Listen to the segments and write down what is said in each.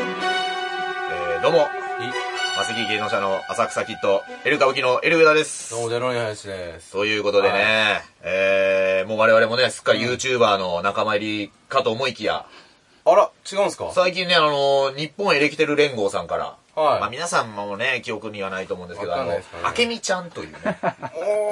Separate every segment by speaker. Speaker 1: えー、どうも、マセキ芸能者の浅草キッド、エル歌舞伎のエルウダです
Speaker 2: ど。うも、デロニハヤシです。
Speaker 1: ということでね、えー、もう我々もね、すっかり YouTuber の仲間入りかと思いきや、
Speaker 2: あら、違うんすか
Speaker 1: 最近ね、あのー日本エレキテル連合さんから、
Speaker 2: はい
Speaker 1: まあ皆さんもね、記憶にはないと思うんですけど、
Speaker 2: わか
Speaker 1: あ
Speaker 2: んない
Speaker 1: の
Speaker 2: ですかね、
Speaker 1: あけみちゃんと いうね、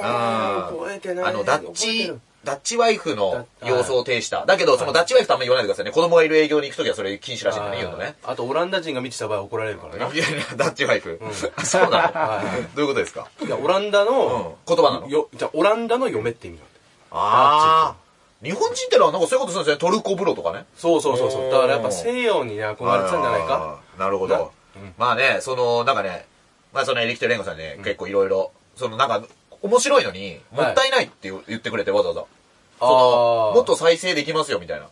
Speaker 2: お
Speaker 1: あ
Speaker 2: 覚えてない。
Speaker 1: あの、ダッ
Speaker 2: 覚えて
Speaker 1: チ
Speaker 2: る、
Speaker 1: ダッチワイフの様相を呈した。だけど、そのダッチワイフとあんま言わないでくださいね。子供がいる営業に行くときはそれ禁止らしいのね、言うのね。
Speaker 2: あと、オランダ人が見てた場合怒られるからね。
Speaker 1: いやいや、ダッチワイフ。 そうなの
Speaker 2: はい
Speaker 1: どういうことですか
Speaker 2: いや、オランダの、
Speaker 1: 言葉なの
Speaker 2: よ、じゃあオランダの嫁って意味なんだよ。
Speaker 1: ああ。日本人ってのはなんかそういうことするんですね。トルコ風呂とかね。
Speaker 2: そうそうそうそう。だからやっぱ西洋にね、憧れてたんじゃない
Speaker 1: あ
Speaker 2: か。
Speaker 1: ー。なるほ
Speaker 2: な
Speaker 1: ど。まあね、その、なんかね、まあそのエレキテレンゴさんね、結構いろいろ、そのなんか、面白いのに、もったいないって言う言ってくれてわざわざ。
Speaker 2: あ
Speaker 1: その
Speaker 2: ー
Speaker 1: もっと再生できますよ、みたいな。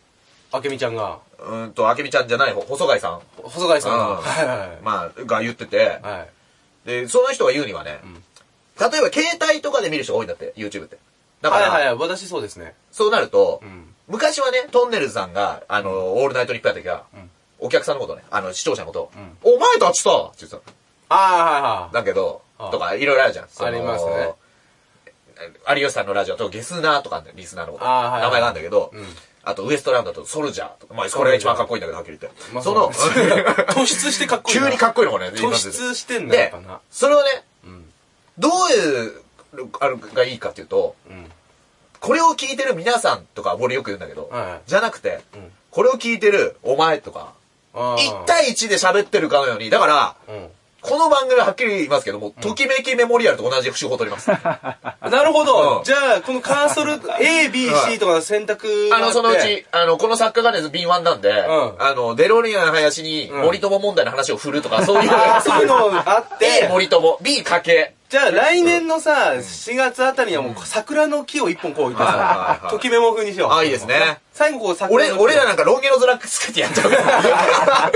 Speaker 2: あけみちゃんが、
Speaker 1: うーんと、あけみちゃんじゃない方、細貝さん。
Speaker 2: 細貝さんが、
Speaker 1: うん
Speaker 2: はいはい
Speaker 1: まあ、が言ってて、
Speaker 2: はい。はい。
Speaker 1: で、その人が言うにはね、例えば携帯とかで見る人が多いんだって、YouTube って。だから、
Speaker 2: はいはいはい、私そうですね。
Speaker 1: そうなると、
Speaker 2: ん
Speaker 1: 昔はね、トンネルズさんが、あの、オールナイトニッポンやった時は、お客さんのことね、あの、視聴者のこと、お前たちさって言ってたの
Speaker 2: ああ、
Speaker 1: だけど
Speaker 2: あ、
Speaker 1: とか、いろいろあるじゃん。その
Speaker 2: ありますね。
Speaker 1: 有吉さんのラジオと、ゲスナーとかね、リスナーのこと、
Speaker 2: あーはいはい
Speaker 1: 名前があるんだけど、
Speaker 2: うん
Speaker 1: あと、ウエストランドだと、ソルジャーとか、まあ、それが一番かっこいいんだけど、はっきり言って。
Speaker 2: はいはいはい。まあ
Speaker 1: その、
Speaker 2: 突出してかっこいいな。
Speaker 1: 急にかっこいいのがね、
Speaker 2: 突出してんだやっ
Speaker 1: で
Speaker 2: ぱな、
Speaker 1: それをね、
Speaker 2: うん。
Speaker 1: どういう、あるがいいかっていうと、
Speaker 2: うん。
Speaker 1: これを聞いてる皆さんとか、俺よく言うんだけど、
Speaker 2: はい
Speaker 1: じゃなくて、
Speaker 2: ん
Speaker 1: これを聞いてるお前とか、
Speaker 2: あー
Speaker 1: 1対1で喋ってるかのように、だから、
Speaker 2: うん。
Speaker 1: この番組ははっきり言いますけども、ときめきメモリアルと同じ手法を取り ます。あ
Speaker 2: なるほ
Speaker 1: う
Speaker 2: ど
Speaker 1: ん。
Speaker 2: じゃあ、このカーソ ル、A、B、C とかの選択があって
Speaker 1: の、そのうち、あの、この作家がね、敏腕なんで、
Speaker 2: ん
Speaker 1: あの、デロリアンの林に
Speaker 2: ん
Speaker 1: 森友問題の話を振るとか、 そういう、
Speaker 2: あーそういうのあっ
Speaker 1: A
Speaker 2: て、
Speaker 1: 森友、B 家計。
Speaker 2: じゃあ来年のさ、4月あたりにはもう桜の木を一本こう置いて
Speaker 1: はいはい
Speaker 2: さ
Speaker 1: は、い
Speaker 2: ときメモ風にしよう。
Speaker 1: あいいですね。
Speaker 2: 最後こう桜
Speaker 1: 俺、
Speaker 2: の木。
Speaker 1: 俺らなんかロン毛のズラックスカってやっちゃう から。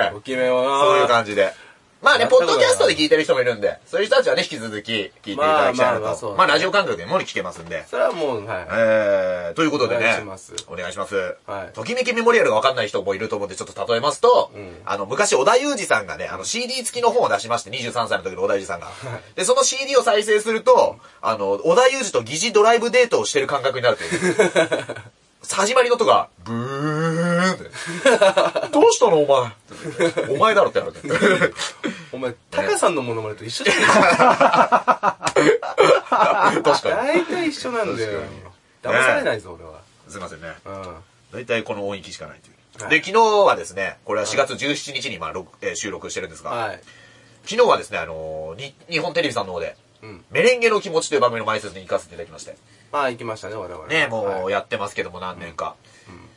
Speaker 1: ねえ
Speaker 2: と。きメモな
Speaker 1: そういう感じで。まあね、
Speaker 2: やっ
Speaker 1: ポ
Speaker 2: たこ
Speaker 1: ッ
Speaker 2: とない
Speaker 1: ドキャストで聞いてる人もいるんで、そういう人たちはね、引き続き聞いていただきたいなと。
Speaker 2: まあまあま
Speaker 1: ま
Speaker 2: あ
Speaker 1: あ
Speaker 2: そうだね
Speaker 1: ラジオ感覚でもに聞けますんで。
Speaker 2: それはもう、はい。
Speaker 1: えー、ということでね。
Speaker 2: お願いします
Speaker 1: お願いします
Speaker 2: はい
Speaker 1: ときめきメモリアルがわかんない人もいると思うんで、ちょっと例えますと、
Speaker 2: ん
Speaker 1: あの、昔、小田裕二さんがね、あの、CD 付きの本を出しまして、23歳の時の小田裕二さんが。で、その CD を再生すると、あの、小田裕二と疑似ドライブデートをしてる感覚になるという。始まりの音が、ブーンって。どうしたのお前。お前だろってなる。
Speaker 2: お前、タカさんのモノマネと一緒じゃ
Speaker 1: 確か
Speaker 2: ない大体一緒なんだよ。騙
Speaker 1: に
Speaker 2: されないぞ、俺は。
Speaker 1: に。すいませんね。
Speaker 2: うん。
Speaker 1: 大体この音域しかないという。
Speaker 2: はい
Speaker 1: で、昨日はですね、これは4月17日にまあ録えー収録してるんですが、
Speaker 2: はい。
Speaker 1: 昨日はですね、あのーに日本テレビさんの方で、
Speaker 2: うん
Speaker 1: メレンゲの気持ちという番組の前説に行かせていただきまして、
Speaker 2: まあ、行きましたね、我々。
Speaker 1: ね、も
Speaker 2: は
Speaker 1: う
Speaker 2: い
Speaker 1: やってますけども何年か。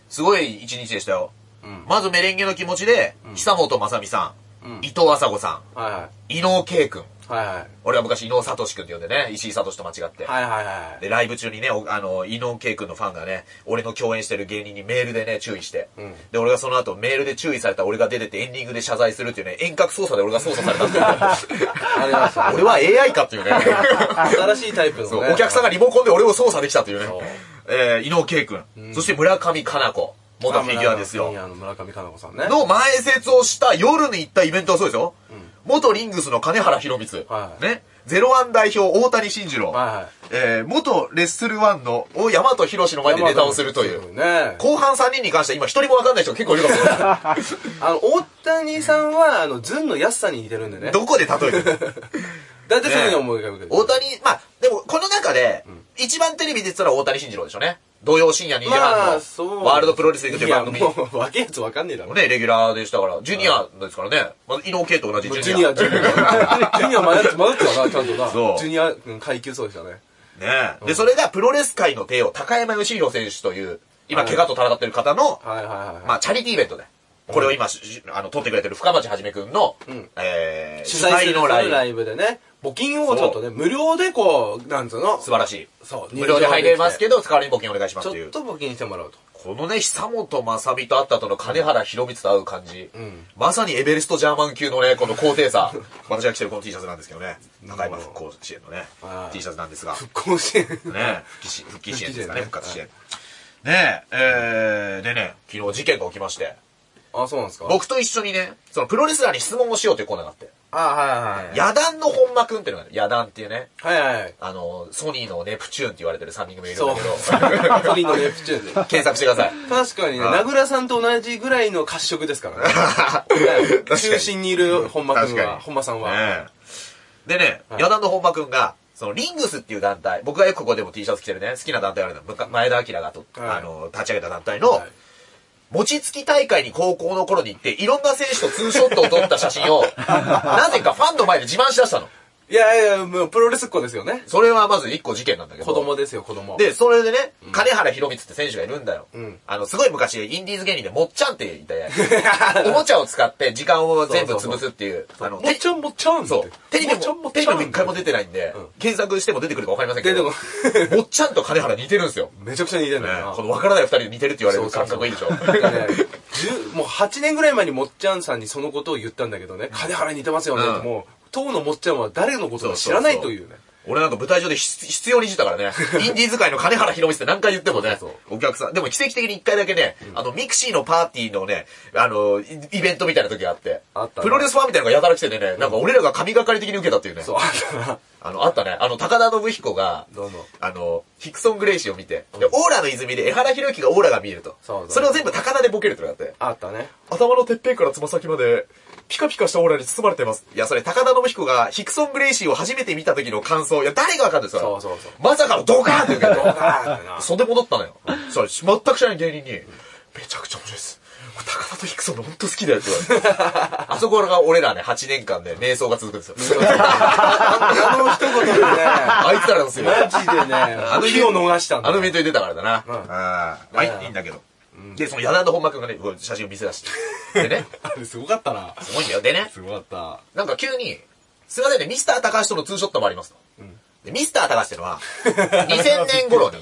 Speaker 1: すごい一日でしたよ。
Speaker 2: うん
Speaker 1: まずメレンゲの気持ちで、久本雅美さん、
Speaker 2: うん
Speaker 1: 伊藤麻子さ
Speaker 2: はいは
Speaker 1: ん、伊野尾圭君、
Speaker 2: い。はいはい。
Speaker 1: 俺は昔伊野尾聡君って呼んでね、石井聡と間違って。
Speaker 2: はいはいはい。
Speaker 1: で、ライブ中にね、おあの、伊野圭君のファンがね、俺の共演してる芸人にメールでね、注意して。
Speaker 2: ん
Speaker 1: で、俺がその後、メールで注意された俺が出てってエンディングで謝罪するっていうね、遠隔操作で俺が操作されたっていうね
Speaker 2: ありました。
Speaker 1: 俺は AI か っていうね。
Speaker 2: 新しいタイプの
Speaker 1: そう
Speaker 2: ね。
Speaker 1: お客さんがリモコンで俺を操作できたというね
Speaker 2: そう。
Speaker 1: えー、伊野尾圭君、そして村上佳菜子、元フィギュアですよ。
Speaker 2: あの村上佳菜子さんね。
Speaker 1: の前説をした夜に行ったイベントはそうですよ。元リングスの金原博光。
Speaker 2: はい
Speaker 1: ね。ゼロワン代表大谷慎二郎。
Speaker 2: はいはい
Speaker 1: えー、元レッスルワンの大和博の前でネタをするという。
Speaker 2: ね。
Speaker 1: 後半3人に関しては今一人もわかんない人が結構いるかもしれな
Speaker 2: あの、大谷さんは、あの、ズンの安さに似てるんでね
Speaker 1: い。。どこで例えてる
Speaker 2: だいたいそういうふうに思い浮かべる。
Speaker 1: 大谷、まあ、でもこの中で、一番テレビで言ってたら大谷慎二郎でしょうね。土曜深夜2時
Speaker 2: ま
Speaker 1: 半
Speaker 2: あ、そう。
Speaker 1: のワールドプロレス行くという番組
Speaker 2: いや、。もう、若いやつわかんねえだろ。
Speaker 1: ね、レギュラーでしたから、ジュニアですからね。まず、伊野圭と同じ
Speaker 2: もう
Speaker 1: ジュ
Speaker 2: ジュ
Speaker 1: ニ
Speaker 2: ニ
Speaker 1: ア。
Speaker 2: ア、ジュニア。ジュニア迷って、迷ってたな、ちゃんとな。
Speaker 1: そう
Speaker 2: ジュニア、うん階級そうでしたね。
Speaker 1: ねえ。で、それがプロレス界の帝王、高山義弘選手という、今、怪我と戦ってる方の、
Speaker 2: はいはいはい。
Speaker 1: まあ、チャリティーイベントで、これを今、しあの、撮ってくれてる深町はじめくんの
Speaker 2: ん、
Speaker 1: えー、
Speaker 2: 主
Speaker 1: 主
Speaker 2: 催す
Speaker 1: 催
Speaker 2: る
Speaker 1: の
Speaker 2: ラ
Speaker 1: ライ
Speaker 2: イ
Speaker 1: ブ。
Speaker 2: ブでね、募金をちょっとね、無料でこう、なんつうの、
Speaker 1: 素晴らしい。
Speaker 2: そう
Speaker 1: 無料で入れますけど、使われに募金お願いしま
Speaker 2: ち
Speaker 1: すって
Speaker 2: ょ
Speaker 1: い
Speaker 2: っ
Speaker 1: う。
Speaker 2: と募金してもらうと。
Speaker 1: こ のね、久本雅美と会った後の金原博光と会う感じ。
Speaker 2: ん
Speaker 1: まさにエベレストジャーマン級の ね、この高低差。私が着てるこの T シャツなんですけどね。中山復興支援のね
Speaker 2: は、い
Speaker 1: T シャツなんですが。
Speaker 2: 甲子園。
Speaker 1: ね、復帰し復帰支援ですかね、
Speaker 2: 復
Speaker 1: 復活
Speaker 2: 帰支
Speaker 1: 支
Speaker 2: 援
Speaker 1: 援。ねえ、えー、でね、昨日事件が起きまして、
Speaker 2: あ、そうなんですか
Speaker 1: 僕と一緒にね、そのプロレスラーに質問をしようというコーナーがあって、
Speaker 2: あ、はいは
Speaker 1: 野
Speaker 2: い。
Speaker 1: 団の本間くんっていうのが、野団っていうね、
Speaker 2: はいはい。
Speaker 1: あの、ソニーのネプチューンって言われてる3人組がいるん
Speaker 2: そ
Speaker 1: だ
Speaker 2: う
Speaker 1: けど、。
Speaker 2: 鳥のネプチュー ンで。
Speaker 1: 検索してください。
Speaker 2: 確かにね、
Speaker 1: ん
Speaker 2: 名倉さんと同じぐらいの褐色です からね。
Speaker 1: 確かに
Speaker 2: 中心にいる本間
Speaker 1: 確
Speaker 2: 君
Speaker 1: か
Speaker 2: は、
Speaker 1: に
Speaker 2: 本間さんは。
Speaker 1: ねえでね、野団の本間くんが、そのリングスっていう団体、僕がよくここでも T シャツ着てるね、好きな団体があるの、むか前田明がと、
Speaker 2: はい
Speaker 1: あの、立ち上げた団体の、
Speaker 2: はい
Speaker 1: 餅つき大会に高校の頃に行って、いろんな選手とツーショットを撮った写真を、 なぜかファンの前で自慢しだしたの。
Speaker 2: いやいや、もうプロレスっ子ですよね。
Speaker 1: それはまず一個事件なんだけど。
Speaker 2: 子供ですよ、子供。
Speaker 1: で、それでね、金原博光って選手がいるんだよ。
Speaker 2: ん
Speaker 1: あの、すごい昔、インディーズ芸人でもっちゃんっていたや つおもちゃを使って時間を全部潰すっていう。あの、
Speaker 2: もっちゃんもっちゃんって
Speaker 1: そう。テレビ
Speaker 2: もっちゃんも
Speaker 1: も、
Speaker 2: っちゃ
Speaker 1: テ
Speaker 2: ん
Speaker 1: レビも一回も出てないんで、検索しても出てくるかわかりませんけど、も
Speaker 2: 出
Speaker 1: っちゃんと金原似てるんで すよ。
Speaker 2: めちゃくちゃ似てるのよな
Speaker 1: このわからない二人に似てるって言われる感覚がいいでしょ。
Speaker 2: なん かね、10もう8年ぐらい前にもっちゃんさんにそのことを言ったんだけどね、金原に似てますよねって、
Speaker 1: うん
Speaker 2: もう、当のもっちゃんは誰のことも知らないというね。
Speaker 1: 俺なんか舞台上で必必要にしてた からね、インディーズ界の金原博光って何回言ってもね
Speaker 2: そうそ、
Speaker 1: お客さん、でも奇跡的に一回だけね、あの、ミクシーのパーティーのね、あの、イイベントみたいな時があって
Speaker 2: あった、ね
Speaker 1: プロレスファンみたいなのがやたら来ててね、なんか俺らが神がかり的に受けたっていうね、
Speaker 2: そう、あんたな。
Speaker 1: あの、あったね、あの、高田信彦が
Speaker 2: どうぞ、
Speaker 1: あの、ヒクソン・グレイシーを見て、で、オーラの泉で江原博之がオーラが見えると
Speaker 2: そうそ。う
Speaker 1: それを全部高田でボケるってのがあって、
Speaker 2: あったね。
Speaker 1: 頭のてっぺんからつま先まで、ピカピカしたオーラに包まれてます。いや、それ、高田信彦が、ヒクソン・グレイシーを初めて見た時の感想。いや、誰がわかるんですよ。
Speaker 2: そうそうそう
Speaker 1: まさかのドカーンって言うけど、
Speaker 2: あ ーって
Speaker 1: 袖戻ったのよ。それ、全く知らない芸人に、めちゃくちゃ面白いです。これ高田とヒクソンの本当好きだよって言われて。あそこが俺らね、8年間で瞑想が続くんですよ。
Speaker 2: なあの一言でね、
Speaker 1: あいつらなんですよ。
Speaker 2: マジでね、あの日を逃したんだ
Speaker 1: あの
Speaker 2: よ。
Speaker 1: イベントに出たからだな。うんん。はい、いいんだけど。で、その、柳田本間くんがね、こう写真を見せ出して。でね、
Speaker 2: あれすごかったな。
Speaker 1: すごいんだよ。でね、
Speaker 2: すごかった。
Speaker 1: なんか急に、すいませんね、ミスター高橋とのツーショットもありますと。でミスター高橋っての は、2000年頃に、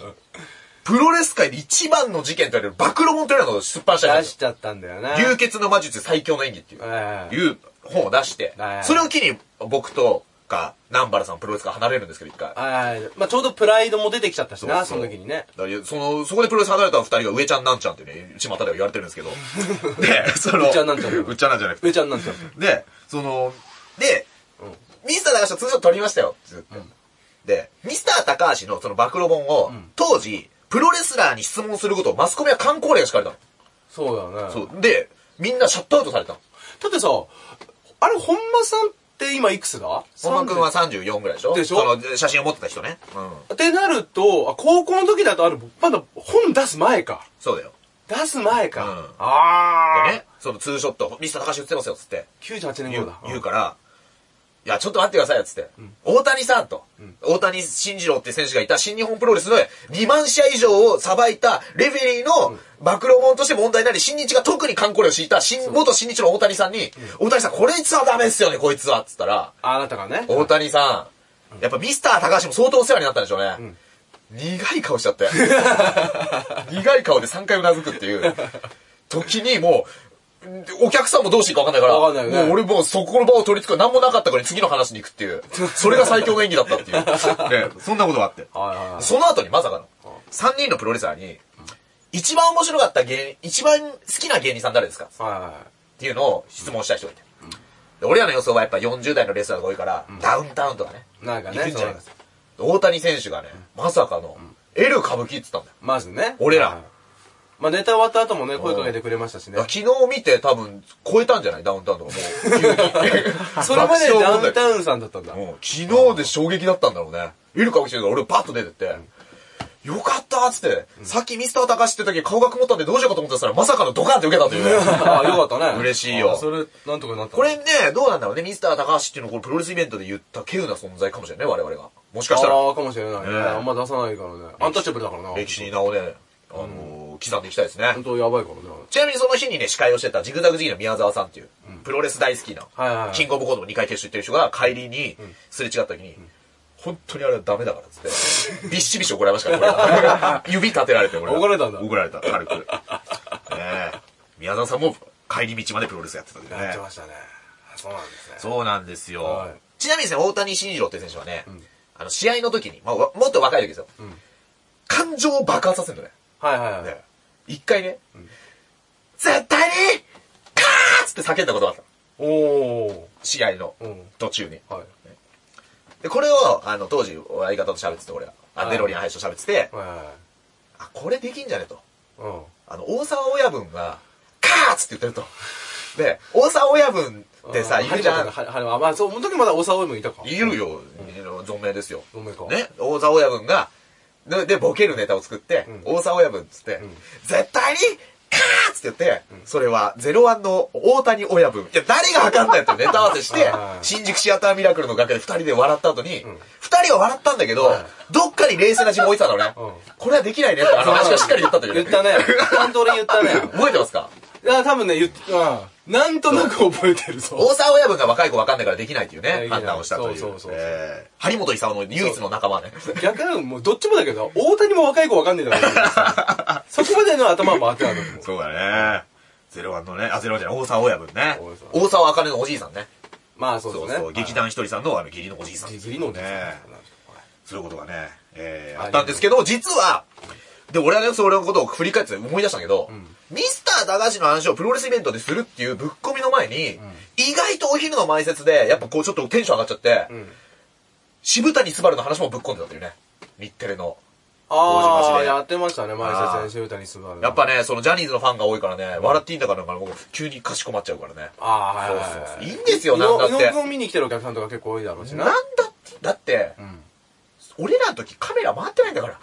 Speaker 1: プロレス界で一番の事件と言われる暴露本というのを出版したんで
Speaker 2: 出
Speaker 1: す
Speaker 2: しちゃったんだよね。
Speaker 1: よ。流血の魔術最強の演技っていう、
Speaker 2: ええ
Speaker 1: いう本を出して
Speaker 2: は、い
Speaker 1: それを機に僕とか、南原さんプロレスから離れるんですけど、一回。
Speaker 2: はいはい。まあちょうどプライドも出てきちゃったしな、
Speaker 1: そ
Speaker 2: そう
Speaker 1: そう
Speaker 2: の時にね。
Speaker 1: だからその、そこでプロレス離れた二人が上ちゃんなんちゃんってね、巷では言われてるんですけ ど。で、その、
Speaker 2: うちゃんなんちゃん
Speaker 1: うちゃんなんちゃんじゃなくて。
Speaker 2: 上ちゃんになっちゃった。
Speaker 1: で、その、で、ミスター高橋とツーショット撮りましたよ、つって。で、ミスター高橋のその暴露本を、当時、プロレスラーに質問することをマスコミは観光令が敷かれたの。
Speaker 2: そうだよね。
Speaker 1: そう。で、みんなシャットアウトされたの。
Speaker 2: だってさ、あれ、本間さんって今いくつだ
Speaker 1: 本間くんは34ぐらいでしょ
Speaker 2: でしょ
Speaker 1: その、写真を持ってた人ね。うん。
Speaker 2: ってなると、あ高校の時だとある、まだ本出す前か。
Speaker 1: そうだよ。
Speaker 2: 出す前か。
Speaker 1: うん
Speaker 2: ああ。
Speaker 1: でね、そのツーショット、ミスター高橋映ってますよ、つって。
Speaker 2: 98年
Speaker 1: 言
Speaker 2: 頃
Speaker 1: う
Speaker 2: だ。
Speaker 1: 言うから、いや、ちょっと待ってくださいよ、つって。大谷さんと、大谷慎二郎って選手がいた新日本プロレスの2万試合以上を裁いたレフェリーの暴露本として問題になり、新日が特に観光を敷いた新、元新日の大谷さんに、大谷さん、これ実はダメですよね、こいつは、つったら、
Speaker 2: あなたがね。
Speaker 1: 大谷さん、やっぱミスター高橋も相当お世話になったんでしょうね。苦い顔しちゃ って。苦い顔で3回うなずくっていう時にもう、んお客さんもどうしていいか分かんないから、
Speaker 2: わかんないよね
Speaker 1: もう俺もうそこの場を取り付く何もなかったから次の話に行くっていう、それが最強の演技だったって いう。ね、そんなことがあって。
Speaker 2: はいはいはい
Speaker 1: その後にまさかの、3人のプロレスラーに、一番面白かった芸人、一番好きな芸人さん誰ですか
Speaker 2: はいは
Speaker 1: っていうのを質問した人がいて。で俺らの予想はやっぱ40代のレスラーが多いから、ダウンタウンとかね。
Speaker 2: い。なんかね、
Speaker 1: 行くんじゃない
Speaker 2: そう
Speaker 1: かと大谷選手がね、まさかの、L 歌舞伎って言ったんだよ。
Speaker 2: まずね。
Speaker 1: 俺ら
Speaker 2: はいまあネタ終わった後もね、声かけてくれましたしね
Speaker 1: だ。から昨日見て多分超えたんじゃないダウンタウンとかも う急に
Speaker 2: それまで
Speaker 1: 爆笑
Speaker 2: ダ
Speaker 1: 問
Speaker 2: ウン
Speaker 1: 題
Speaker 2: タウンさんだったんだ。
Speaker 1: うん昨日で衝撃だったんだろうね。L 歌舞伎選手が俺パッと出てって、よかったっつって、さっきミスター高橋って時顔が曇ったんでどうしようかと思ってたらまさかのドカンって受けたと いうね。
Speaker 2: ああ、よかったね。
Speaker 1: 嬉しいよ
Speaker 2: あそれ、なんとかなった。
Speaker 1: こ、れね、どうなんだろうね。ミスター高橋っていうのはこのプロレスイベントで言った稀有な存在かもしれないね、我々が。もしかしたら。
Speaker 2: ああ、かもしれないね。
Speaker 1: ね
Speaker 2: あんま出さないからね。アンタッチャブルだからな。
Speaker 1: 歴史に名をね、あのー刻んでいきたいですね。
Speaker 2: 本当やばいからね。
Speaker 1: ちなみにその日にね、司会をしてたジグザグジギーの宮沢さんっていう、プロレス大好きな、
Speaker 2: はいはいはい
Speaker 1: キングオブコントも2回決勝行ってる人が帰りにすれ違った時に、本当にあれはダメだからっつって、 ビッシビシ怒られましたから、 これ指立てられて、俺は
Speaker 2: 怒られたんだ
Speaker 1: 怒られた、軽く。ねえ宮沢さんも帰り道までプロレスやってたんで
Speaker 2: やっ
Speaker 1: ね
Speaker 2: て。ましたね。そうなんですね。
Speaker 1: そうなんですよ。
Speaker 2: はい
Speaker 1: ちなみにですね、大谷慎二郎っていう選手はね、あの、試合の時に、まあ、わもっと若い時ですよ。感情を爆発させるのね。
Speaker 2: はいはいはい。
Speaker 1: ね一回ね、絶対にカーッつって叫んだことがあった。
Speaker 2: おお。
Speaker 1: 試合の
Speaker 2: うん
Speaker 1: 途中に。
Speaker 2: はい。
Speaker 1: で、これを、あの、当時、相方と喋ってて、俺ら。あ、
Speaker 2: はい
Speaker 1: デロリアン配信と喋ってて、
Speaker 2: はいは
Speaker 1: あ、これできんじゃねと。
Speaker 2: いはい。うん。
Speaker 1: あの、大沢親分が、カーッつって言ってると。で、大沢親分ってさ、
Speaker 2: あ
Speaker 1: いるじゃ
Speaker 2: 張
Speaker 1: ん。
Speaker 2: 本がははまあ、そう、その時まだ大沢もいたか。
Speaker 1: いるよ、存命ですよ。
Speaker 2: ごめんか。。
Speaker 1: ね、大沢親分が、で、でボケるネタを作って、
Speaker 2: うん
Speaker 1: 大沢親分っつって、
Speaker 2: ん
Speaker 1: 絶対に、カーッつって言って、それは、ゼロワンの大谷親分。いや、誰が測ったやってネタ合わせして
Speaker 2: は、い
Speaker 1: 新宿シアターミラクルの楽屋で二人で笑った後に、二、
Speaker 2: ん
Speaker 1: 人は笑ったんだけど、
Speaker 2: は
Speaker 1: どっかに冷静な自分置いてたのね、
Speaker 2: うん
Speaker 1: これはできないねって、あの話がしっかり言ったんだけど、
Speaker 2: 言ったね。ちゃんと俺言ったね。
Speaker 1: 覚えてますか
Speaker 2: いや、多分ね、言った。うん。なんとなく覚えてるぞ。
Speaker 1: 大沢親分が若い子わかんないからできないっていう
Speaker 2: いやい
Speaker 1: ね、
Speaker 2: いな
Speaker 1: 判断をしたという。
Speaker 2: そうそうそうそう
Speaker 1: えー張本勲の唯一の仲間ね。
Speaker 2: 逆にもうどっちもだけど、大谷も若い子わかんねえだろうけ どさ。そこまでの頭も当てはなくも。
Speaker 1: そうだね。ゼロワンのね、あ、ゼロワンじゃない、大沢親分ね
Speaker 2: 大沢。
Speaker 1: 大沢あかねのおじいさんね。
Speaker 2: まあ、そう
Speaker 1: そう
Speaker 2: です
Speaker 1: そ
Speaker 2: ね
Speaker 1: う、。劇団ひとりさんのあの、義理のおじいさん。
Speaker 2: ギリギリのね。
Speaker 1: そういうことがね、えー、
Speaker 2: あ
Speaker 1: あったんですけど、実は、で、俺はね、それのことを振り返って思い出したんだけど、ミスター駄菓子の話をプロレスイベントでするっていうぶっ込みの前に、意外とお昼の前説で、やっぱこうちょっとテンション上がっちゃって、
Speaker 2: ん
Speaker 1: 渋谷すばるの話もぶっ込んでたというね、日テレの。
Speaker 2: あ
Speaker 1: 麹町
Speaker 2: あ、
Speaker 1: で
Speaker 2: やってましたね、前
Speaker 1: あー
Speaker 2: 先生歌にすばる。
Speaker 1: やっぱね、そのジャニーズのファンが多いからね、笑っていいんだからなんか、もう急にかしこまっちゃうからね。
Speaker 2: ああ、はい
Speaker 1: そうそう
Speaker 2: は
Speaker 1: そう
Speaker 2: い。
Speaker 1: いいんですよなんだって
Speaker 2: 伊野尾君を見に来てるお客さんとか結構多いだろうし
Speaker 1: な
Speaker 2: な。
Speaker 1: んだって、だって、
Speaker 2: ん
Speaker 1: 俺らの時カメラ回ってないんだから。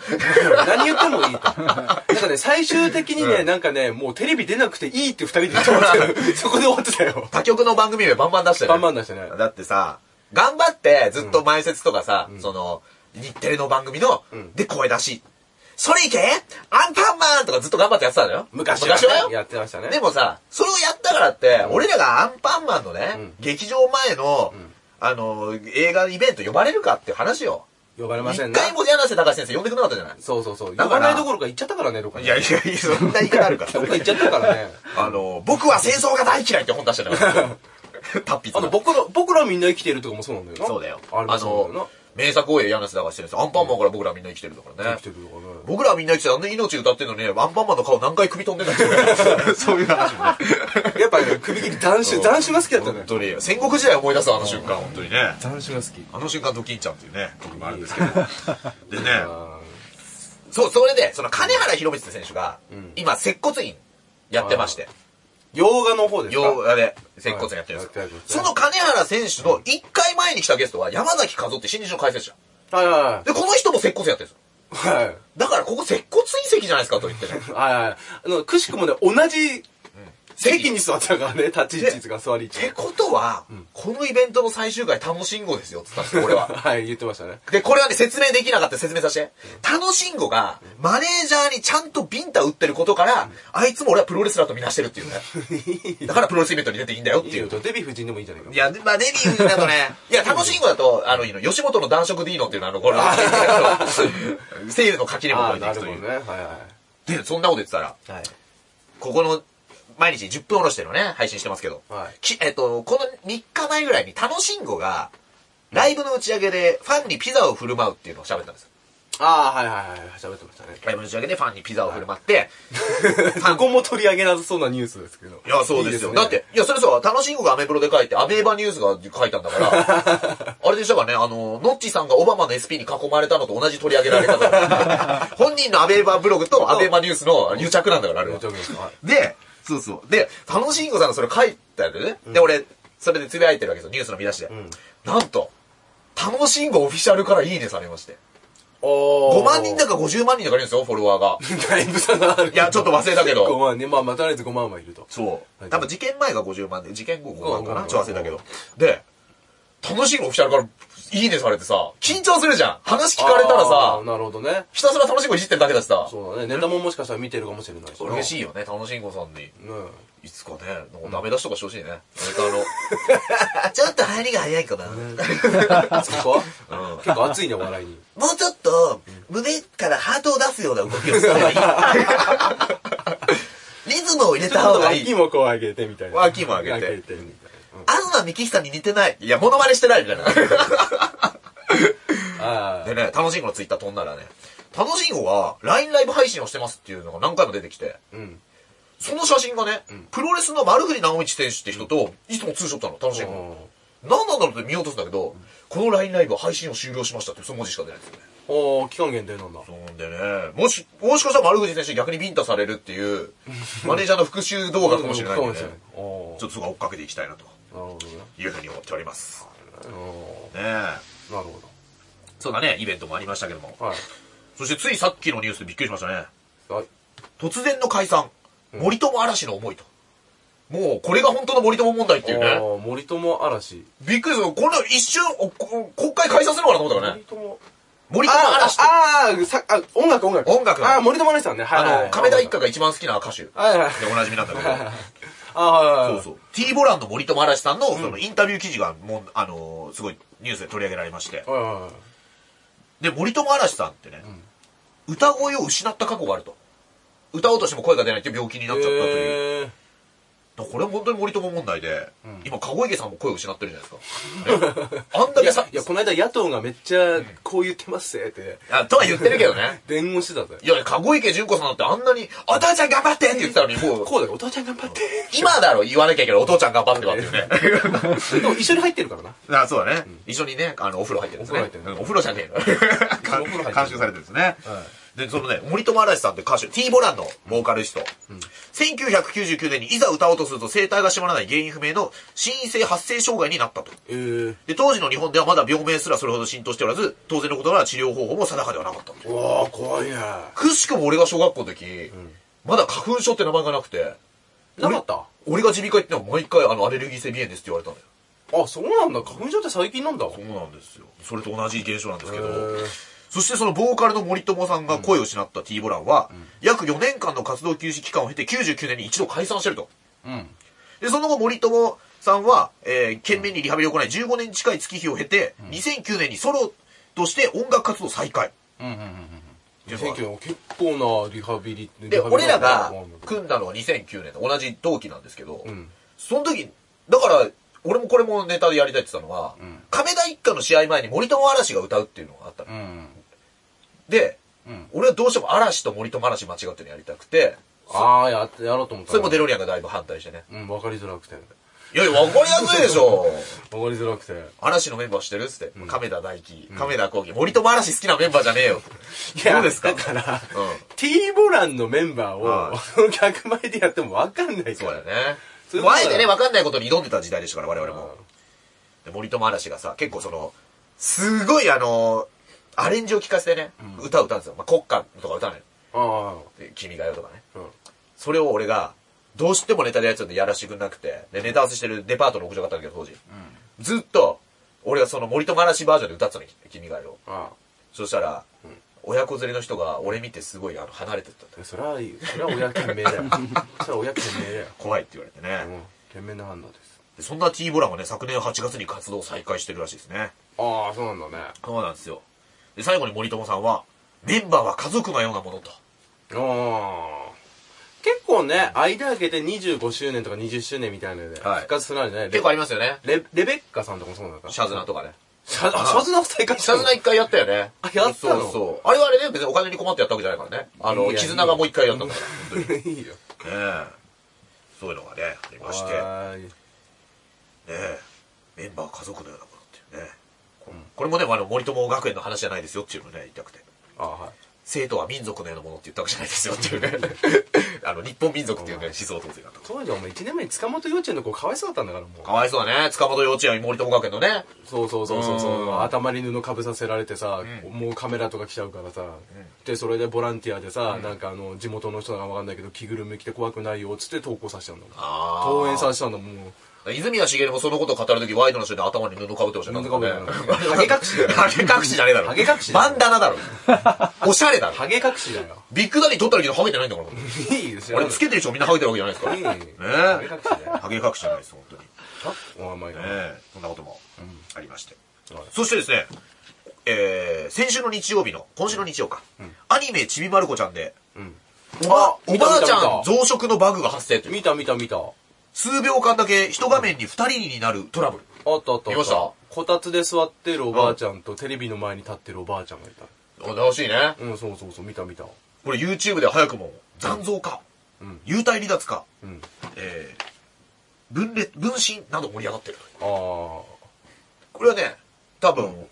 Speaker 2: 何言ってもいいと。なんかね、最終的にね、なんかね、もうテレビ出なくていいって二人で言ってます けど、そこで終わってたよ。
Speaker 1: 他局の番組名バンバン出してる。
Speaker 2: バンバン出してね
Speaker 1: だってさ、頑張ってずっと前説とかさ、その、日テレの番組の、
Speaker 2: ん
Speaker 1: で声出し。それいけアンパンマンとかずっと頑張ってやってたのよ。
Speaker 2: 昔はね
Speaker 1: 昔はよ。
Speaker 2: やってましたね
Speaker 1: でもさ、それをやったからって、俺らがアンパンマンのね、
Speaker 2: ん
Speaker 1: 劇場前の、あの、映画イベント呼ばれるかっていう話よ。
Speaker 2: 呼ばれません
Speaker 1: 一
Speaker 2: な。
Speaker 1: 回も柳瀬隆史先生呼んでくれなかったじゃない。
Speaker 2: そうそうそう。
Speaker 1: だ
Speaker 2: 呼
Speaker 1: から
Speaker 2: ばないどころか行っちゃったからね、どっかに。
Speaker 1: いやいやいや、そんな言い方 あるか。
Speaker 2: どっか行っちゃったからね。
Speaker 1: あの、僕は戦争が大嫌いって本出してたから。達筆な
Speaker 2: あの、僕ら、僕らみんな生きてるとかもそうなんだよな。
Speaker 1: そうだよ。
Speaker 2: あれもそうだよ
Speaker 1: の、名作を柳瀬だがしてるんですよ。アンパンマンから僕らみんな生きてるだから
Speaker 2: な。
Speaker 1: ね
Speaker 2: 生き。てるとかね。
Speaker 1: 僕らみんな生きてるあんな命歌ってるのに、アンパンマンの顔何回首飛んでんだ って。そういう話もね。
Speaker 2: やっぱね、首切り斬首、斬首が好きだったね
Speaker 1: 本。当に。戦国時代思い出すあの瞬間、本当にね。
Speaker 3: 斬首が好き。
Speaker 1: あの瞬間ドキンちゃんっていうね、時もあるん ですけど。でね、
Speaker 2: あ
Speaker 1: そう、それで、その金原博光選手が、今、接骨院やってまして。
Speaker 2: ー洋画の方ですか
Speaker 1: 洋画で接骨院やってるんですよ
Speaker 2: はいやってます
Speaker 1: その金原選手の1回前に来たゲストは山崎和夫って新日の解説者。
Speaker 2: はいは
Speaker 1: で、この人も接骨院やってるんですよ。
Speaker 2: いはい。はい。
Speaker 1: だからここ接骨隕石じゃないですかと 言ってね。
Speaker 2: はいはい。あの、くしくもね、同じ席に座ってたからね、立ち位置が座り位
Speaker 1: っ
Speaker 2: 置
Speaker 1: て。ことは、このイベントの最終回楽しんごですよって言ったんですよ、俺は。
Speaker 2: はい、言ってました ね。
Speaker 1: で、これはね、説明できなかった説明させて。楽しんごが、マネージャーにちゃんとビンタ打ってることから、あいつも俺はプロレスラーとみなしてるっていうね。だからプロレスイベントに出ていいんだよっ
Speaker 2: い
Speaker 1: て
Speaker 2: い
Speaker 1: い
Speaker 2: よ、
Speaker 1: う。
Speaker 2: デヴィ夫人でもいいんじゃないか
Speaker 1: い。や、まあ、デビューだとね、いや、楽しんごだと、あの、いいの、吉本の男色ディーノっていうのあの、これ、 セールの垣根も
Speaker 2: あ
Speaker 1: 越
Speaker 2: あ、
Speaker 1: えて
Speaker 2: ない
Speaker 1: く
Speaker 2: る
Speaker 1: と
Speaker 2: ほど
Speaker 1: い
Speaker 2: ね。
Speaker 1: う。
Speaker 2: はいは
Speaker 1: で、そんなこと言ってたら、
Speaker 2: い。はい。
Speaker 1: ここの、毎日10分おろしてのね、配信してますけど、
Speaker 2: はい
Speaker 1: きえっと、この3日前ぐらいに、楽しんごが、ライブの打ち上げで、ファンにピザを振る舞うっていうのを喋ったんですよ。
Speaker 2: ああ、はいはいはい。喋ってましたね。
Speaker 1: ライブの打ち上げでファンにピザを振る舞って、
Speaker 2: どこも取り上げなさそうなニュースですけど。
Speaker 1: いや、そうですよ。
Speaker 2: いい
Speaker 1: だって、いや、それさ、楽しんごがアメブロで書いて、アベーバニュースが書いたんだ から、あれでしたからね、あの、ノッチさんがオバマの SP に囲まれたのと同じ取り上げられ方だから、本人のアベーバブログとアベーバニュースの癒着なんだから、あれ
Speaker 2: め
Speaker 1: は
Speaker 2: っち。ゃですか。はい
Speaker 1: で、そうそう。で、楽しんごさんがそれ書いたんだよね。で、俺、それでつぶやいてるわけですよ、ニュースの見出しで。なんと、楽しんごオフィシャルからいいねされまして。
Speaker 2: お
Speaker 1: 5万人だか50万人だかいるんですよ、フォロワーが。
Speaker 2: だいぶ差がある。
Speaker 1: いや、ちょっと忘れたけ
Speaker 2: 5
Speaker 1: ど。
Speaker 2: 万ね。まあ、まあとりあえず5万はいると。
Speaker 1: そう。
Speaker 2: はい
Speaker 1: 多分事件前が50万で、事件後5万か
Speaker 2: う
Speaker 1: な。
Speaker 2: ん
Speaker 1: ちょっと忘れたけど。で、楽しんごオフィシャルからいいねされてさ、緊張するじゃん。話聞かれたら
Speaker 2: あ
Speaker 1: さ
Speaker 2: ー、なるほどね。
Speaker 1: ひたすら楽しんごいじってるだけだしさ。
Speaker 2: そうだね。ネタももしかしたら見てるかもしれないし。
Speaker 1: 嬉し
Speaker 2: い。
Speaker 1: いよね、楽しんごさんに。
Speaker 2: うん。
Speaker 1: いつかね、なんかダメ出しとかしてほしいね。ネタの。 ちょっと入りが早いかな。
Speaker 2: そこ結構熱いね、笑いに。
Speaker 1: もうちょっと、胸からハートを出すような動きをした らいい。リズムを入れ
Speaker 2: ちょ
Speaker 1: た方
Speaker 2: っと
Speaker 1: が い
Speaker 2: 脇
Speaker 1: い。
Speaker 2: もこう上げてみたいな。
Speaker 1: 脇も上げて
Speaker 2: 上げてみたいな。うん
Speaker 1: 東幹久に似てない。いや、モノマネしてないみたいな。
Speaker 2: ああ
Speaker 1: で。ね、楽しいのツイッター飛んだらね、楽しい子が LINE ライブ配信をしてますっていうのが何回も出てきて、
Speaker 2: うん。
Speaker 1: その写真がね、プロレスの丸藤直道選手って人と、いつもツーショットなの、楽しい子。何なんだろうって見ようとするんだけど、この LINE ライブは配信を終了しましたって、その文字しか出ないんですよね。
Speaker 2: おー、期間限定なんだ。
Speaker 1: そうなんでね、もし、もしかしたら丸藤選手に逆にビンタされるって いう、マネージャーの復讐動画かもしれないんでね、ちょ
Speaker 2: かもしれないお
Speaker 1: っ
Speaker 2: ー
Speaker 1: とそこは追っかけていきたいなと
Speaker 2: なるほどね。
Speaker 1: いうふうに思っております。
Speaker 2: お
Speaker 1: ねえ。
Speaker 2: ーなるほ
Speaker 1: そうだね、イベントもありましたけども。
Speaker 2: ど。はい。
Speaker 1: そしてついさっきのニュースでびっくりしましたね。
Speaker 2: はい。
Speaker 1: 突然の解散、森友嵐の思いと。もう、これが本当の森友問題っていうね。
Speaker 2: おー森友嵐。
Speaker 1: びっくりする。こんなの一瞬、おこ国会解散するのかなと思ったからね
Speaker 2: 森。友
Speaker 1: 森友
Speaker 2: あ
Speaker 1: 嵐って。あ
Speaker 2: あ、あーさ、あ、音楽音楽。
Speaker 1: 音楽
Speaker 2: あー森友嵐さんね。はいはいはい。
Speaker 1: の、亀田一家が一番好きな歌手。で、
Speaker 2: はいはい。
Speaker 1: おなじみなんだけど。
Speaker 2: あーはいはい
Speaker 1: そ
Speaker 2: は
Speaker 1: う
Speaker 2: い。
Speaker 1: そう。T ボランの森友嵐さんの、そのインタビュー記事が、もう、あのーすごいニュースで取り上げられまして。
Speaker 2: はいはいはい。
Speaker 1: で、森友嵐さんってね、歌声を失った過去があると。歌おうとしても声が出ないっていう病気になっちゃったという。
Speaker 2: へー
Speaker 1: だからこれは本当に森友問題で、今、籠池さんも声を失ってるじゃないですか。ねあんだ
Speaker 2: い
Speaker 1: けさ
Speaker 2: や、いや、この間野党がめっちゃ、こう言ってますぜって、
Speaker 1: あとは言ってるけどね。
Speaker 2: 伝言してたぜ。
Speaker 1: いや、籠池純子さんだってあんなに、お父ちゃん頑張ってって言ってたのに、もう、
Speaker 2: こうだよ、お父ちゃん頑張って。
Speaker 1: 今だろ言わなきゃいけない、お父ちゃん頑張ってばって いうね。
Speaker 2: でも一緒に入ってるからな。
Speaker 1: あそうだね、一緒にね、あの、お風呂入ってるんですね。
Speaker 2: お風呂入って
Speaker 1: う
Speaker 2: る
Speaker 1: んお風呂じゃね
Speaker 2: お風呂入って
Speaker 1: え
Speaker 2: る
Speaker 1: の。監修されてるんですね。で、そのね、森友嵐さんって歌手、T ボランのボーカルスト1999年にいざ歌おうとすると声帯が閉まらない原因不明の心因性発声障害になったと。
Speaker 2: えー。
Speaker 1: で、当時の日本ではまだ病名すらそれほど浸透しておらず、当然のことなら治療方法も定かではなかったと。
Speaker 2: うわー、怖いね。
Speaker 1: くしくも俺が小学校の時、まだ花粉症って名前がなくて、
Speaker 2: なかった
Speaker 1: 俺が耳鼻科行ってのは毎回あのアレルギー性鼻炎ですって言われたんだよ。
Speaker 2: あ、そうなんだ。花粉症って最近なんだ。
Speaker 1: そうなんですよ。それと同じ現象なんですけど
Speaker 2: へー、
Speaker 1: そしてそのボーカルの森友さんが声を失った T ボランは、約4年間の活動休止期間を経て99年に一度解散してると。
Speaker 2: うん。
Speaker 1: で、その後森友さんは、えー懸命にリハビリを行い15年近い月日を経て、2009年にソロとして音楽活動再開。
Speaker 2: うんうんうんうん。選挙結構なリハビリ
Speaker 1: で、俺らが
Speaker 2: く
Speaker 1: 組んだのは2009年の同じ同期なんですけど、
Speaker 2: ん
Speaker 1: その時、だから、俺もこれもネタでやりたいって言ってたのは、亀田一家の試合前に森友嵐が歌うっていうのがあったの。
Speaker 2: うん。
Speaker 1: で、
Speaker 2: うん
Speaker 1: 俺はどうしても嵐と森友嵐間違ってるのやりたくて、
Speaker 2: ああ、やって、やろうと思った。
Speaker 1: それもデロリアンがだいぶ反対してね。
Speaker 2: うん、わかりづらくて。わ
Speaker 1: いやいや、わかりやすいでしょ。
Speaker 2: かりづらくて。
Speaker 1: 嵐のメンバー知ってるっつって、亀田大輝、亀田光輝、森友嵐好きなメンバーじゃねえよ。どうですか
Speaker 2: だから、
Speaker 1: うん
Speaker 2: T ボランのメンバ
Speaker 1: は
Speaker 2: ーを、客前でやってもわかんないか
Speaker 1: そうだ
Speaker 2: ら
Speaker 1: よ。ね。
Speaker 2: そういうことだよ
Speaker 1: もうあえてね、わかんないことに挑んでた時代でしたから、我々も。で森友嵐がさ、結構その、すごいあの、アレンジを聞かせてね、歌を歌うんですよ。まあ、国歌とか歌わない
Speaker 2: あ
Speaker 1: で君が代とかね。
Speaker 2: あ、うん。
Speaker 1: それを俺が、どうしてもネタでやっちゃってやらしてくんなくて、で、ネタ合わせしてるデパートの屋上があったんだけど、当時。ずっと、俺がその森友嵐バージョンで歌ってたの、君が代を。
Speaker 2: あ
Speaker 1: そしたら、親子連れの人が俺見てすごいあの離れてったんだよ
Speaker 2: あ。それは、それは親懸命だ よ。それは親懸命だよ。
Speaker 1: 怖いって言われて
Speaker 2: う
Speaker 1: ね。
Speaker 2: ん。懸命な判断です。
Speaker 1: でそんな T ボランはね、昨年8月に活動を再開してるらしいですね。
Speaker 2: ああ、そうなんだね。
Speaker 1: そうなんですよ。で、最後に森友さんは、メンバーは家族のようなものと。
Speaker 2: ああ。結構ね、間空けて25周年とか20周年みたいなので、
Speaker 1: はい
Speaker 2: 復活するのにね、
Speaker 1: 結構ありますよね。
Speaker 2: レレベッカさんとかもそうなんだった。
Speaker 1: シャズナとかね。
Speaker 2: シャあシャズナ再開し
Speaker 1: シ
Speaker 2: た
Speaker 1: ャ
Speaker 2: の
Speaker 1: ズナ一回やったよね。
Speaker 2: あやったの
Speaker 1: そうそう。あれはあれね、別にお金に困ってやったわけじゃないからね。あ
Speaker 2: いや
Speaker 1: の、
Speaker 2: いや
Speaker 1: 絆がもう一回やったんだから。 本当にね
Speaker 2: いいよ。
Speaker 1: え。そういうのがね、ありまして。ね
Speaker 2: はーい
Speaker 1: え。メンバーは家族のようなものっていうね。これもね、あの、森友学園の話じゃないですよっていうのをね、言いたくて。
Speaker 2: あはい。
Speaker 1: 生徒は民族のようなものって言ったわけじゃないですよっていうね。 あの、日本民族っていうね、思想統制だった。
Speaker 2: 当時お前1年目に塚本幼稚園の子かわいそうだったんだからも
Speaker 1: かわいそうだね。塚本幼稚園、森友学園のね。
Speaker 2: う。そうそうそうそうそうう。
Speaker 1: ん
Speaker 2: 頭に布かぶさせられてさ、もうカメラとか来ちゃうからさ。で、それでボランティアでさ、なんかあの、地元の人がわかんないけど、着ぐるみ着て怖くないよ、つって投稿させたんだもん。
Speaker 1: あ
Speaker 2: 登園させたんだもん。もう
Speaker 1: 泉谷しげるもそのことを語るとき、ワイドの人で頭に布かぶってましたね。
Speaker 2: 布かぶって
Speaker 1: なん
Speaker 2: た
Speaker 1: かね。
Speaker 2: ハゲ隠しだよ
Speaker 1: ハゲ隠しじゃねえだろ。
Speaker 2: ハゲ隠しだ
Speaker 1: バ
Speaker 2: よ
Speaker 1: ンダナだ ろ。おしゃれだろ。
Speaker 2: ハゲ隠しだよ。
Speaker 1: ビッグダディ撮った時のハゲて ないんだから。
Speaker 2: いいですよ。
Speaker 1: あれ、つけてる人みんなハゲてるわけじゃないですから。
Speaker 2: いい
Speaker 1: ね
Speaker 2: ハゲ隠しだよ
Speaker 1: ハゲ隠しじゃないです、本当に。ね
Speaker 2: お前、
Speaker 1: えそんなこともありまして
Speaker 2: はい。
Speaker 1: そしてですね、えー先週の日曜日の、今週の日曜か。アニメちびまる子ちゃんで、
Speaker 2: ん
Speaker 1: おば、
Speaker 2: あ
Speaker 1: お
Speaker 2: 見た
Speaker 1: ばあちゃ
Speaker 2: 見た
Speaker 1: ん
Speaker 2: 見た
Speaker 1: 増殖のバグが発生という。
Speaker 2: 見た見た見た。あ
Speaker 1: 数秒間だけ一画面に二人になるトラブル。
Speaker 2: ったあったあった。
Speaker 1: 見ました
Speaker 2: こたつで座ってるおばあちゃんとテレビの前に立ってるおばあちゃんがいた。
Speaker 1: 新しいね。
Speaker 2: うん、そうそうそう、見た見た。
Speaker 1: これ YouTube では早くも、残像化、
Speaker 2: うん
Speaker 1: 幽体離脱か、
Speaker 2: うん。
Speaker 1: えー、分裂、分身など盛り上がってる。
Speaker 2: ああ。
Speaker 1: これはね、多分、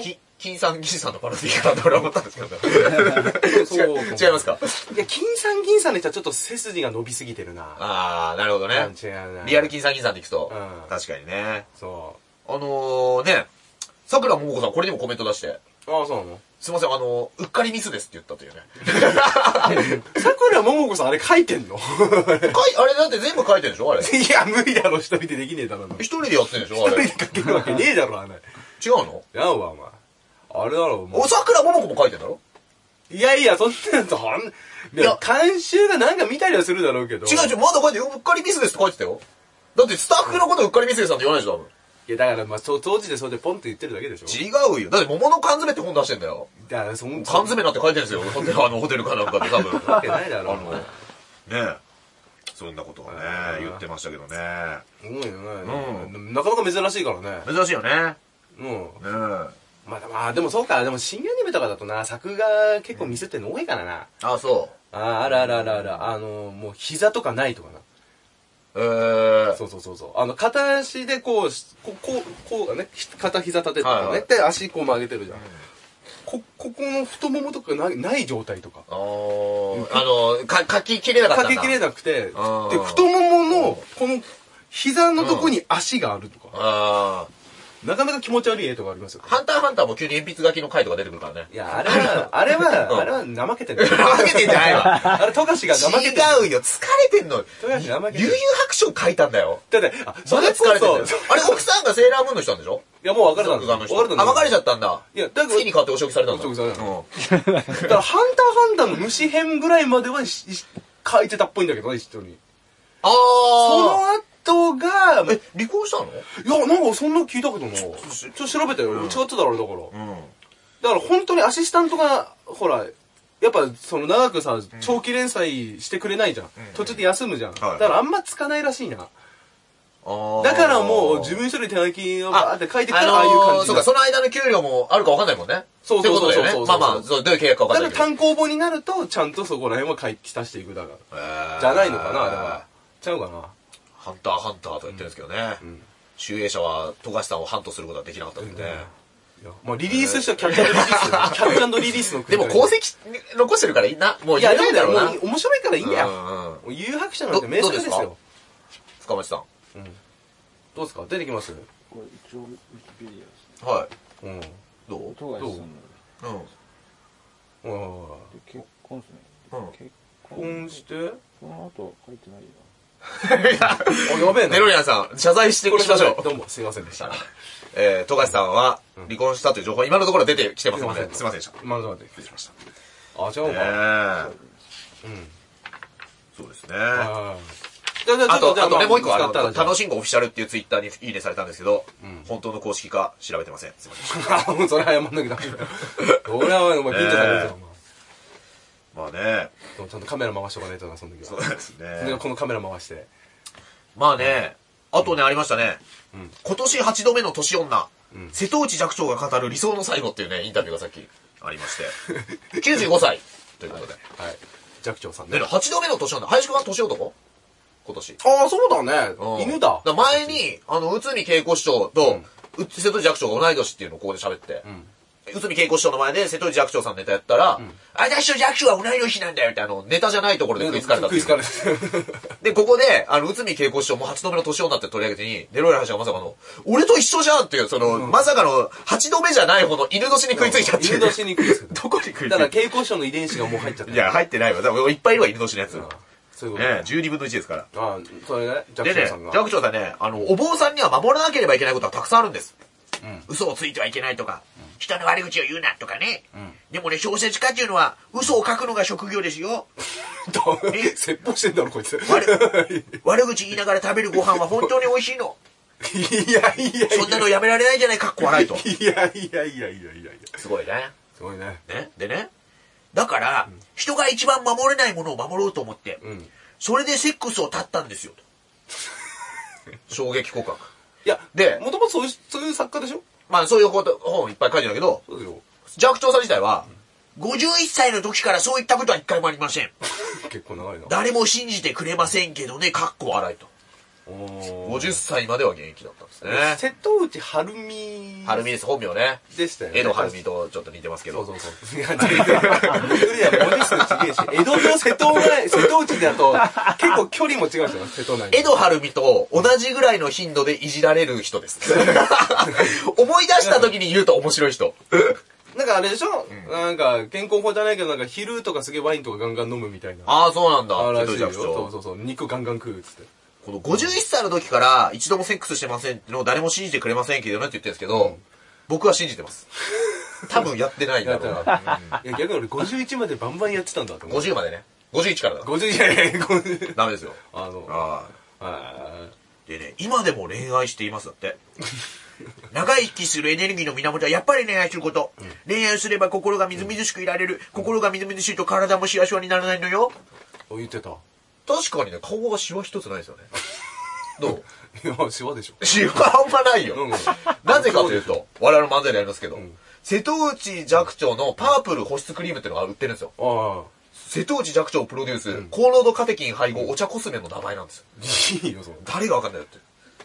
Speaker 1: き、金さん銀さんのパロディかなと俺は思ったんですけど、
Speaker 2: そ う
Speaker 1: 違い違いますか
Speaker 2: いや、金さん銀さんでじゃちょっと背筋が伸びすぎてるな。
Speaker 1: あー、なるほどね。
Speaker 2: 違うな。
Speaker 1: リアル金さん銀さんでいくと、
Speaker 2: うん
Speaker 1: 確かにね。
Speaker 2: そ
Speaker 1: あのー、ね、桜ももこさんこれにもコメント出して、
Speaker 2: う。ああ、そうなの
Speaker 1: すいません、あのー、うっかりミスですって言ったという ね。
Speaker 2: 桜ももこさんあれ書いてんの
Speaker 1: かい、あれだって全部書いてるでしょあれ。一
Speaker 2: いや、無理だろ、一人でできねえだろ。一
Speaker 1: 人でやってるでしょあ
Speaker 2: 人
Speaker 1: れ。
Speaker 2: で
Speaker 1: 違
Speaker 2: 書けるわけねえだろ、あれ。
Speaker 1: うの
Speaker 2: やんわ、お前。あれだろ、お前
Speaker 1: お、。桜ももこも書いてんだろ
Speaker 2: いやいや、そんなの、そんな、いや、監修がなんか見たりはするだろうけど。
Speaker 1: 違う違う、まだ書いてる、うっかりミスですって書いてたよ。だってスタッフのことうっかりミスですなんて言わないでしょ、多分。
Speaker 2: いや、だから、まあ、そう当時でそれでポンって言ってるだけでしょ。
Speaker 1: 違うよ。だって桃の缶詰って本出してんだよ。
Speaker 2: だから、そん
Speaker 1: 缶詰なんて書いてるんですよ。ホテル、あの、ホテルかなんかで多分。
Speaker 2: わけないだろ、お前。
Speaker 1: ねえ。そんなことをね
Speaker 2: あ、ー
Speaker 1: 言ってましたけどね。
Speaker 2: すごいよね、なかなか珍しいからね。
Speaker 1: 珍しいよね。
Speaker 2: うん。
Speaker 1: ねえ。
Speaker 2: まあ、まあ、でもそうか。でも新アニメとかだとな、作画結構ミスってんの多いからな。
Speaker 1: あ、そ
Speaker 2: ああ、あるあるあるある。あの、もう膝とかないとかな。
Speaker 1: う。えー。
Speaker 2: そうそうそうそう。あの、片足でこうし、こう、こう、こうがね、ひ片膝立てて
Speaker 1: はいはい
Speaker 2: ね。で、足こう曲げてるじゃん。こ、ここの太ももとかない、ない状態とか。
Speaker 1: あーあの、か、書ききれなかった
Speaker 2: か
Speaker 1: んだ。
Speaker 2: けきれなくて、で、
Speaker 1: あー
Speaker 2: 太ももの、この、膝のとこに足があるとか。
Speaker 1: あー
Speaker 2: なかなか気持ち悪い絵とかありますよ。
Speaker 1: ハンターハンターも急に鉛筆書きの回とか出てくるからね
Speaker 2: い。や、あれは、あれ
Speaker 1: うん
Speaker 2: は、あれは怠けてる。
Speaker 1: 怠けてんじゃないわ。
Speaker 2: あれ、富樫が怠けてる。
Speaker 1: 違うよ。疲れてんの。
Speaker 2: 富樫怠けて
Speaker 1: 悠
Speaker 2: る
Speaker 1: 々。白書書いたんだよ。
Speaker 2: だって、あ、そ
Speaker 1: ま
Speaker 2: れ
Speaker 1: だ
Speaker 2: こ
Speaker 1: 疲れてんだよ
Speaker 2: そ、そ。
Speaker 1: あれ、奥さんがセーラームーンの人なんでしょ
Speaker 2: いや、もう別れた
Speaker 1: 作
Speaker 2: んだ。
Speaker 1: 画の
Speaker 2: 別
Speaker 1: 人。
Speaker 2: れたんだ。
Speaker 1: あ、別れちゃったんだ。
Speaker 2: いやだから
Speaker 1: 月に買ってお仕置きされたんだ。
Speaker 2: お仕置きされた
Speaker 1: うん
Speaker 2: だから、ハンターハンターの虫編ぐらいまではし、し書いてたっぽいんだけどね、一緒に。
Speaker 1: あ
Speaker 2: その後が、
Speaker 1: ー。え、離婚したの
Speaker 2: いや、なんかそんなの聞いたけどな。ちょっと調べたよ。違ってたらあれだから。
Speaker 1: うん。
Speaker 2: だから本当にアシスタントが、ほら、やっぱその長くさ、長期連載してくれないじゃん。途中で休むじゃん。だ
Speaker 1: はい
Speaker 2: からあんまつかないらしいな。
Speaker 1: あー
Speaker 2: だからもう自分一人で手書きをバーって書いてくからああいう
Speaker 1: あの
Speaker 2: 感
Speaker 1: ー
Speaker 2: じ。
Speaker 1: そうか、その間の給料もあるか分かんないもんね。
Speaker 2: そうそうそうそう
Speaker 1: ってことだよねまあまあ、そうどういう契約か分かん
Speaker 2: だか
Speaker 1: な
Speaker 2: ら
Speaker 1: いけど。
Speaker 2: 単行本になると、ちゃんとそこら辺は書いて足していくだか
Speaker 1: え
Speaker 2: ら。
Speaker 1: ー
Speaker 2: じゃないのかな、だから。ちゃうかな。
Speaker 1: ハンターハンターとか言ってるんですけどね。集英者は、富樫さんをハントすることはできなかったんでね。
Speaker 2: いやまあリリースしたキャッチャンドリリー スだよ。キャッチャンドリリースの
Speaker 1: で
Speaker 2: 国
Speaker 1: も
Speaker 2: だよ
Speaker 1: 功績残してるからいいな。もう
Speaker 2: いや、
Speaker 1: 言え
Speaker 2: で
Speaker 1: ない
Speaker 2: も
Speaker 1: だ
Speaker 2: だ
Speaker 1: ろうな。
Speaker 2: もう面白いからいいんだよ。
Speaker 1: うんうん
Speaker 2: もう有白者なんて名作です
Speaker 1: どどう
Speaker 2: よ。
Speaker 1: 深町さん。
Speaker 2: どうですか出てきます
Speaker 3: これ一応ウィキペディアです
Speaker 1: はい。
Speaker 3: ね
Speaker 2: うん。
Speaker 1: どう
Speaker 3: 富樫さんの
Speaker 1: うん。
Speaker 2: うん。
Speaker 3: で結婚ですね、
Speaker 1: うん
Speaker 3: 結婚
Speaker 2: 婚して
Speaker 3: その後書いてないよ
Speaker 2: あ、やべえな。
Speaker 1: ネロリアンさん、謝罪して
Speaker 2: こ
Speaker 1: く
Speaker 2: れ
Speaker 1: れましょう。
Speaker 2: どうも、すいませんでした。
Speaker 1: えー、富樫さんは離婚したという情報、今のところ出てきてます。すいません。すいませんでした。
Speaker 2: 今のところで。
Speaker 1: 失礼しました。
Speaker 2: あ、じゃあお
Speaker 1: え
Speaker 2: 前。うん。
Speaker 1: えそうですね。
Speaker 2: はい。じゃあ、じゃ
Speaker 1: あと、あとね、もう一個、あ
Speaker 2: 使ったら
Speaker 1: の、
Speaker 2: じゃあ
Speaker 1: 楽しんごオフィシャルっていうツイッターにいいねされたんですけど
Speaker 2: うん、
Speaker 1: 本当の公式か調べてません。すいません。
Speaker 2: あ、もうそれ謝んなきゃダメだよ。俺はお前、ピンチだよ、
Speaker 1: まあね、
Speaker 2: お前。ちゃんとカメラ回しとかないとな、その時
Speaker 1: そ
Speaker 2: は
Speaker 1: う。です
Speaker 2: で
Speaker 1: ね。
Speaker 2: このカメラ回して。
Speaker 1: まあね、あとね、ありましたね
Speaker 2: うん。
Speaker 1: 今年8度目の年女
Speaker 2: うん、
Speaker 1: 瀬戸内寂聴が語る理想の最後っていうね、インタビューがさっきありまして、95歳 ということで。
Speaker 2: はい。寂聴さん
Speaker 1: ね、
Speaker 2: ね。
Speaker 1: 8度目の年女、林くんは年男今年。
Speaker 2: ああ、そうだね
Speaker 1: うん。
Speaker 2: 犬だ。
Speaker 1: から前に、あの、内海恵子市長と、う瀬戸内寂聴が同い年っていうのをここで喋って、
Speaker 2: ん
Speaker 1: 内海恵子市長の前で瀬戸内寂聴さんのネタやったら、私と寂聴は同い年なんだよって、あの、ネタじゃないところで食いつかれたって
Speaker 2: 食
Speaker 1: い
Speaker 2: いうつかれた。
Speaker 1: で、ここで、あの、内海恵子師匠も8度目の年女って取り上げてに、ネロイラ橋がまさかの、俺と一緒じゃんっていう、その、まさかの、8度目じゃない方の犬年に食いついたっていう。
Speaker 2: 犬年に食いつ く。
Speaker 1: どこに食いつ
Speaker 2: だ
Speaker 1: い
Speaker 2: から、
Speaker 1: た
Speaker 2: 蛍光症の遺伝子がもう入っちゃって
Speaker 1: い
Speaker 2: る。
Speaker 1: や、入ってないわ。だからいっぱいいるわ、犬年のやつ。ね
Speaker 2: そういうこと
Speaker 1: え、12分の1ですから。
Speaker 2: ああ、それね、
Speaker 1: で
Speaker 2: 寂聴
Speaker 1: ね
Speaker 2: さん、が。
Speaker 1: 寂聴さんね、あの、お坊さんには守らなければいけないことはたくさんあるんです。嘘をついてはいけないとか、人の悪口を言うなとかね。でもね、小説家っていうのは、嘘を書くのが職業ですよ。え
Speaker 2: 説法してんだろ、こいつ。
Speaker 1: 悪 悪口言いながら食べるご飯は本当に美味しいの。
Speaker 2: いやいやいや。
Speaker 1: そんなのやめられないじゃない、かっこ笑いと。
Speaker 2: いやいやいやいやいやいや。
Speaker 1: すごいね。
Speaker 2: すごいね。
Speaker 1: ね。でね。だから、人が一番守れないものを守ろうと思って、
Speaker 2: うん。
Speaker 1: それでセックスを絶ったん ですよ。と衝撃告白。
Speaker 2: いや、
Speaker 1: で
Speaker 2: で、もともとそういう、そういう作家でしょ
Speaker 1: まあそういうこと本いっぱい書いてるんだけど、
Speaker 2: そうだよ。
Speaker 1: 寂聴さん自体は、51歳の時からそういったことは一回もありません。
Speaker 2: 結構長いな。
Speaker 1: 誰も信じてくれませんけどね、かっこ笑いと。
Speaker 2: おー
Speaker 1: 50歳までは現役だったんですね。
Speaker 2: 瀬戸内晴美
Speaker 1: はるみです、本名ね。
Speaker 2: でしたよね。
Speaker 1: 江戸はるみとちょっと似てますけ
Speaker 2: そう
Speaker 1: ど。
Speaker 2: そうそう。いや、違う。いや、文字数ちげえし、江戸と瀬戸内、瀬戸内だと、結構距離も違うじゃん、瀬戸内。
Speaker 1: 江戸晴美と同じぐらいの頻度でいじられる人 です。思い出した時に言うと面白い人。
Speaker 2: なんかあれでしょ、なんか、健康法じゃないけど、なんか昼とかすげえワインとかガンガン飲むみたいな。
Speaker 1: ああ、そうなんだ。
Speaker 2: あら
Speaker 1: 瀬
Speaker 2: し
Speaker 1: 戸
Speaker 2: い
Speaker 1: 内
Speaker 2: よ。
Speaker 1: 寂
Speaker 2: そう
Speaker 1: 聴。
Speaker 2: そうそう。肉ガンガン食うっつって。
Speaker 1: この51歳の時から一度もセックスしてませんってのを誰も信じてくれませんけどねって言ってるんですけど、僕は信じてます。多分やってないんだ
Speaker 2: やった
Speaker 1: ろうな。
Speaker 2: ら、いや、逆に俺51までバンバンやってたんだと思う。
Speaker 1: 50までね。51からだ。
Speaker 2: 50いやいや、50。
Speaker 1: ダメですよ。
Speaker 2: あの、
Speaker 1: ああ。
Speaker 2: あ
Speaker 1: でね、今でも恋愛していますだって。 長生きするエネルギーの源はやっぱり恋愛すること。恋愛すれば心がみずみずしくいられる。心がみずみずしいと体もシワシワにならないのよ。
Speaker 2: ー言ってた。い
Speaker 1: 確かにね、顔がシワ一つないです よね。どう
Speaker 2: や、シワでしょ。
Speaker 1: シワあんまないよ
Speaker 2: うん。
Speaker 1: なぜかというと、我々の漫才でやりますけど
Speaker 2: ん、
Speaker 1: 瀬戸内寂聴のパープル保湿クリームっていうのが売ってるんですよ。
Speaker 2: ああ。
Speaker 1: 瀬戸内寂聴プロデュース、高濃度カテキン配合お茶コスメの名前なんですよ。
Speaker 2: いいよ、その。
Speaker 1: 誰がわかんないよって。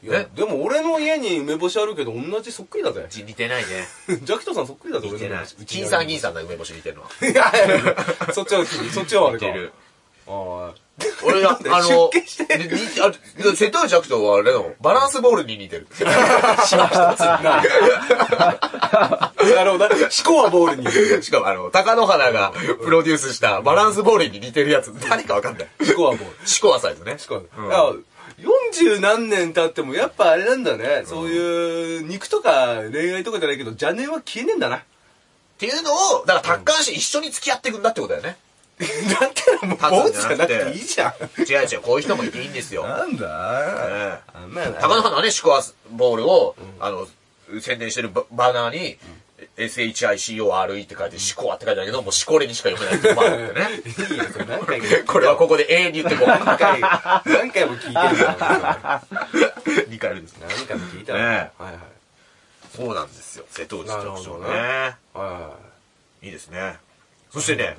Speaker 2: いや
Speaker 1: え、
Speaker 2: でも俺の家に梅干しあるけど、同じそっくりだぜ。
Speaker 1: 字似てないね。
Speaker 2: ジャクトさんそっくりだぞ、
Speaker 1: 似てない。金
Speaker 2: さ
Speaker 1: さ
Speaker 2: ん
Speaker 1: ん銀さんだ、梅干し似てるのは。
Speaker 2: いやいやいや そっちは、そっちはあれ
Speaker 1: 似
Speaker 2: か。
Speaker 1: てる。
Speaker 2: ああ。
Speaker 1: 俺が、あの、
Speaker 2: 出家して
Speaker 1: でにあで瀬戸内寂聴はあれの、バランスボールに似て る。しました。
Speaker 2: なるほど。思考はボールに。思
Speaker 1: しかもあの、高野花がプロデュースしたバランスボールに似てるやつ、誰かわかんない。
Speaker 2: 考はボール。
Speaker 1: シコアサイズね。
Speaker 2: 思考は。いや40何年経ってもやっぱあれなんだね。そういう、肉とか恋愛とかじゃないけど、邪念は消えねえんだな。
Speaker 1: っていうのを、だから達観して一緒に付き合っていくんだってことだよね。
Speaker 2: だったらもう、坊主じゃなくていいじゃん。
Speaker 1: 違う違う、こういう人もいていいんですよ。
Speaker 2: なんだ
Speaker 1: ええ
Speaker 2: あんまやな。
Speaker 1: 高野花はね、シコアボールを、あの、宣伝してるババナーに、SHICORE って書いて、シコアって書いてあるけど、もうシコレにしか読めないっていうのもあるんだよね。
Speaker 2: いいよ、それ何回か言う
Speaker 1: これはここで永遠に言ってこう。
Speaker 2: 何回、 何回も聞いてるから。
Speaker 1: 2回目ですね。
Speaker 2: 何回も聞いた
Speaker 1: ね
Speaker 2: わ。
Speaker 1: え
Speaker 2: はいはい。
Speaker 1: そうなんですよ。瀬戸内特徴
Speaker 2: なるほど
Speaker 1: ね。
Speaker 2: はい
Speaker 1: いですね。そして
Speaker 2: いはい
Speaker 1: ね、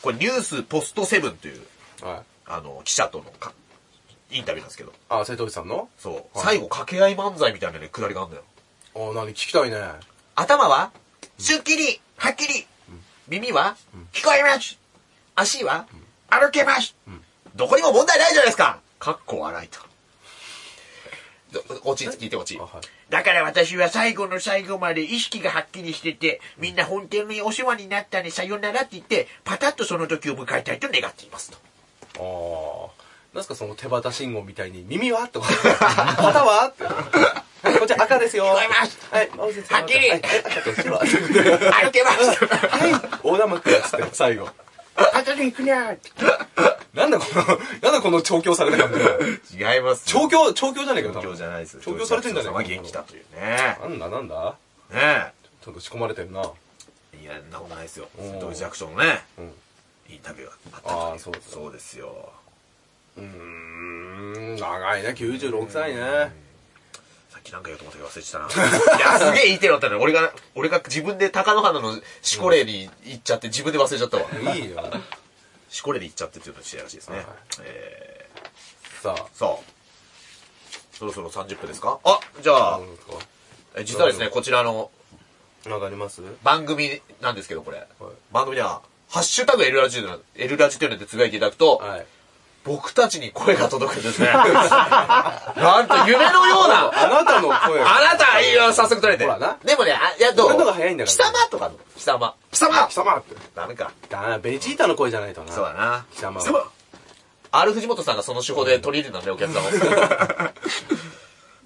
Speaker 1: これニュースポストセブンという、
Speaker 2: はい。はい。
Speaker 1: あの、記者とのかインタビューなんですけど、
Speaker 2: あ、瀬戸内さんの
Speaker 1: そう、
Speaker 2: はい
Speaker 1: 最後掛け合い漫才みたいなね、くだりがあるんだよ。
Speaker 2: あ、何聞きたいね。
Speaker 1: 頭は、すっきり、はっきり。耳は、聞こえます。足は、歩けます。どこにも問題ないじゃないですか。かっこ笑いと。落ち着いて落ち
Speaker 2: あはい。
Speaker 1: だから私は最後の最後まで意識がはっきりしてて、みんな本当にお世話になったね、さよならって言って、パタッとその時を迎えたいと願っていますと。
Speaker 2: ああ。なんすかその手旗信号みたいに、耳はと か、旗はって。こっち赤ですよ。
Speaker 1: 聞こえます
Speaker 2: はい、青先生
Speaker 1: はっきり
Speaker 2: はい赤と白。は
Speaker 1: 歩けます
Speaker 2: い、横断幕っつって、最後。
Speaker 1: パタッと行くにゃ
Speaker 2: なんだこの、なんだこの調教された感じ。
Speaker 1: 違います。
Speaker 2: 調教、調教じゃねえかよ、多分
Speaker 1: 調教じゃないです。
Speaker 2: 調教されてんだね。
Speaker 1: 調教さんは元気だというね。
Speaker 2: なんだなんだ
Speaker 1: ねえ。
Speaker 2: ちょっと仕込まれてるな。
Speaker 1: いや、そんなことないですよ。
Speaker 2: うん
Speaker 1: 瀬戸内寂聴のね、
Speaker 2: うん
Speaker 1: インタビューがあった
Speaker 2: あ
Speaker 1: と
Speaker 2: あそうです
Speaker 1: そうですよ。
Speaker 2: うーん、長いね、96歳ね。
Speaker 1: さっきなんか言おうと思ったけど忘れてたな。いや、すげえ言いてるよったね。俺が、俺が自分で高野花のシコレに行っちゃって自分で忘れちゃったわ。
Speaker 2: いいよ。
Speaker 1: シコレに行っちゃってっていうのはらしいですね。
Speaker 2: はい
Speaker 1: え
Speaker 2: さあ
Speaker 1: ー、。さあ。そろそろ30分ですかあ、じゃあ、
Speaker 2: なんです
Speaker 1: え実はですね、こちらの
Speaker 2: かなんかあります
Speaker 1: 番組なんですけど、これ。番組では、ハッシュタグ L ラジオ、L ラジというのでつぶやいていただくと、
Speaker 2: はい。
Speaker 1: 僕たちに声が届くんですね。なんと夢のような
Speaker 2: あなたの声
Speaker 1: あなたいいよ、早速取れて。
Speaker 2: ほらな
Speaker 1: でもね、あいや、どう
Speaker 2: 俺のが早いんだか
Speaker 1: 貴
Speaker 2: ら
Speaker 1: 様とかの。貴様。貴様
Speaker 2: 貴様って。
Speaker 1: ダメか。
Speaker 2: だな、ベジータの声じゃないとな。
Speaker 1: そうだな。
Speaker 2: 貴様は
Speaker 1: R 藤本さんがその手法で取り入れたんだね、お客さんを。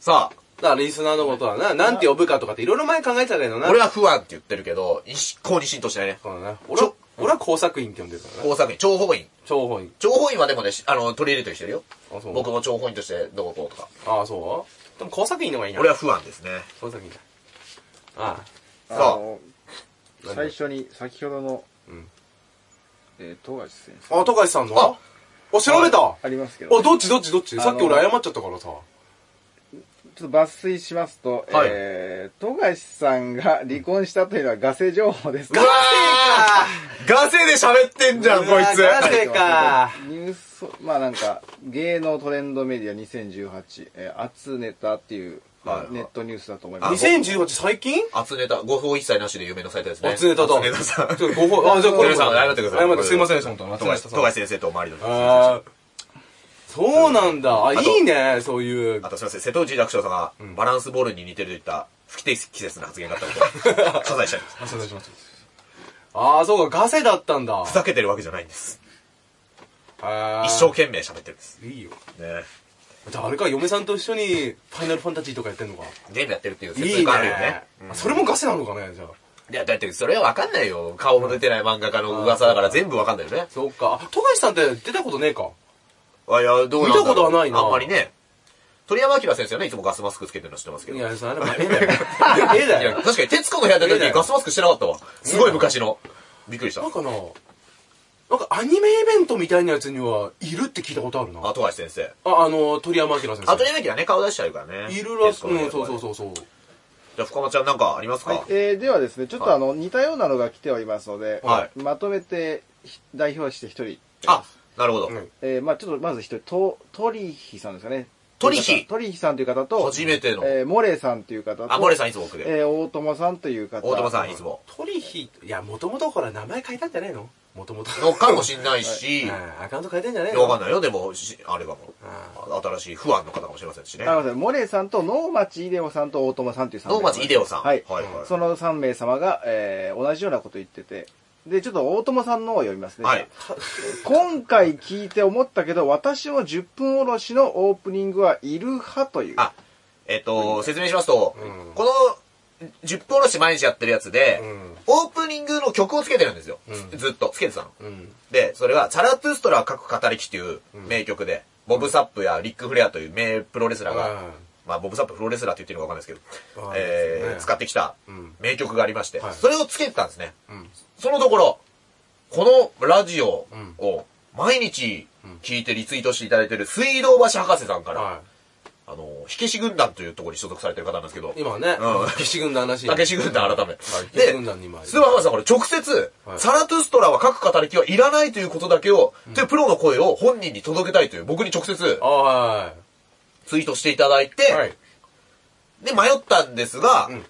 Speaker 1: さあ、
Speaker 2: だからリスナーのことはな、なんて呼ぶかとかっていろいろ前考えてたけどな。
Speaker 1: 俺は不安って言ってるけど、一向に浸透しないね。
Speaker 2: そうだな。俺は、俺は工作員って呼んでるからな。
Speaker 1: 工作員、諜報員。
Speaker 2: 情報員。
Speaker 1: 諜報員はでもね、しあの、取り入れてきてるよ。
Speaker 2: あ、そう。
Speaker 1: 僕も諜報員としてどうこうとか。
Speaker 2: ああ、そうでも工作員の方がいいな。
Speaker 1: 俺は不安ですね。
Speaker 2: 工作員だ。あ
Speaker 1: さ
Speaker 3: あ
Speaker 1: あ
Speaker 3: の最初に先ほどの、
Speaker 2: うん
Speaker 3: えー、富樫選手
Speaker 2: あ。あ、富樫さんの
Speaker 1: あ
Speaker 2: あ、調べたあ、
Speaker 3: ありますけど、
Speaker 2: どっちどっちどっち
Speaker 3: あの
Speaker 2: さっき俺謝っちゃったからさ。
Speaker 3: ちょっと抜粋しますと、
Speaker 1: はい
Speaker 3: えー、富樫さんが離婚したというのはガセ情報です。
Speaker 1: ガセかガセで喋ってんじゃん、
Speaker 4: う
Speaker 1: こ
Speaker 4: わ
Speaker 1: いつ。
Speaker 4: ガセか
Speaker 3: ニュース、まあなんか、芸能トレンドメディア2018、えー、熱ネタっていう、まあ
Speaker 1: はいはい
Speaker 3: ネットニュースだと思い
Speaker 1: あ
Speaker 3: ます。
Speaker 2: 2018最近
Speaker 1: 厚ネタ、誤報一切なしで有名なサイトですね。
Speaker 2: 厚ネタと。
Speaker 1: 厚ネタさ ん。
Speaker 2: ちょっとごほあ、じゃあこれ。
Speaker 1: 皆さん謝ってください
Speaker 2: 謝って、すいませんでした、本当
Speaker 1: 富樫富樫先生とおまわりの人
Speaker 2: あーそうなんだ。あ、
Speaker 1: と
Speaker 2: いいね、そういう
Speaker 1: あ。とすいません、瀬戸内楽章さんが、バランスボールに似てるといった、不適切な発言があった ことを謝罪したいです。
Speaker 2: あ、失礼します。あー、そうか、ガセだったんだ。
Speaker 1: ふざけてるわけじゃないんです。
Speaker 2: 一
Speaker 1: 一生懸命喋ってるんです。
Speaker 2: 生。いいよ。
Speaker 1: ね
Speaker 2: じゃああれか、嫁さんと一緒に、ファイナルファンタジーとかやってんのか。
Speaker 1: ゲームやってるっていう
Speaker 2: い
Speaker 1: 説
Speaker 2: い
Speaker 1: 明があるよね
Speaker 2: ね。。あそれもガセなのかね、じゃあ。
Speaker 1: いや、だってそれはわかんないよ。顔も出てない漫画家の噂だから全部わかんないよね。
Speaker 2: そうか。あ、富樫さんって出たことねえか。
Speaker 1: あ、いや、どうなんだろう
Speaker 2: 見たことはないな
Speaker 1: あんまりね。鳥山明先生はね、いつもガスマスクつけてるの知ってますけど。
Speaker 2: い
Speaker 1: いや、
Speaker 2: や、それは絵だよ。絵だよ。
Speaker 1: 確かに、徹子の部屋出た時にガスマスクしてなかったわ。すごい昔の。びっくりした
Speaker 2: なん。かな、なんかアニメイベントみたいなやつには、いるって聞いたことあるな。
Speaker 1: あ、富樫先生。
Speaker 2: あ、あの、鳥山明先生。
Speaker 1: あ、鳥山明はね、顔出しちゃうからね。
Speaker 2: いるらし
Speaker 1: 徹
Speaker 2: く、
Speaker 1: 子の部屋
Speaker 2: うん、
Speaker 1: とか
Speaker 2: そう
Speaker 1: で
Speaker 2: そうそうそう。
Speaker 1: じゃあ、深間ちゃんなんかありますか
Speaker 3: はい、えー、ではですね、ちょっとあの、似たようなのが来ておりますので、
Speaker 1: は
Speaker 3: まとめてひ代表して一人、
Speaker 1: あ、なるほど。
Speaker 2: うん
Speaker 3: えー、まあちょっとまず一人、とトリヒさんですかね。
Speaker 1: トリヒ
Speaker 3: トリヒさんという方と、
Speaker 1: 初めての
Speaker 3: えー、モレさんという方と、
Speaker 1: あ、モレさんいつも奥で。
Speaker 3: えー、大友さんという方。
Speaker 1: 大友さんいつも。
Speaker 2: トリヒ、いや、もともとほら、名前変えたんじゃないのもともと。
Speaker 1: のかもしんないし、い
Speaker 2: うんアカウント変えたんじゃない
Speaker 1: や
Speaker 2: の
Speaker 1: わかんないよ。でも、しあれかも。
Speaker 2: あ
Speaker 1: 新しい不安の方かもしれませんしね。
Speaker 3: あのですね、モレさんと能町イデオさんと大友さんという3名
Speaker 1: 能町イデオさん
Speaker 3: はい。
Speaker 1: はいはい
Speaker 3: その3名様が、えー同じようなこと言ってて。で、ちょっと大友さんのを読みますね。
Speaker 1: はい。
Speaker 3: 今回聞いて思ったけど、私も10分おろしのオープニングはいる派という。
Speaker 1: あ、えっと、説明しますと
Speaker 2: うん、
Speaker 1: この、10分おろし毎日やってるやつで
Speaker 2: うん、
Speaker 1: オープニングの曲をつけてるんですよ
Speaker 2: ん。
Speaker 1: ずっとつけてたの。
Speaker 2: うん。
Speaker 1: で、それが、サラトゥストラ各語りきっていう名曲で、ボブ・サップやリック・フレアという名プロレスラーが、
Speaker 2: うん
Speaker 1: まあ、ボブ・サッププロレスラーって言ってるのかわかんないですけど
Speaker 2: あ、ー
Speaker 1: え
Speaker 2: です
Speaker 1: ー
Speaker 2: ね
Speaker 1: 使ってきた
Speaker 2: うん
Speaker 1: 名曲がありまして、
Speaker 2: はい
Speaker 1: それをつけてたんですね。
Speaker 2: うん。
Speaker 1: そのところ、このラジオを毎日聞いてリツイートしていただいてる水道橋博士さんから、
Speaker 2: は
Speaker 1: あの、火消し軍団というところに所属されてる方なんですけど
Speaker 2: い。、今はね、
Speaker 1: うん
Speaker 2: 騎士軍団らしい。
Speaker 1: 竹志軍団改め。
Speaker 2: 騎士軍団に今いる
Speaker 1: スーパーハウスさんこれ直接、
Speaker 2: はい
Speaker 1: サラトゥストラは書く語りきはいらないということだけを、というプロの声を本人に届けたいという、僕に直接
Speaker 2: あは
Speaker 1: ツイートしていただいて、
Speaker 2: い。はい。
Speaker 1: で、迷ったんですが、
Speaker 2: ん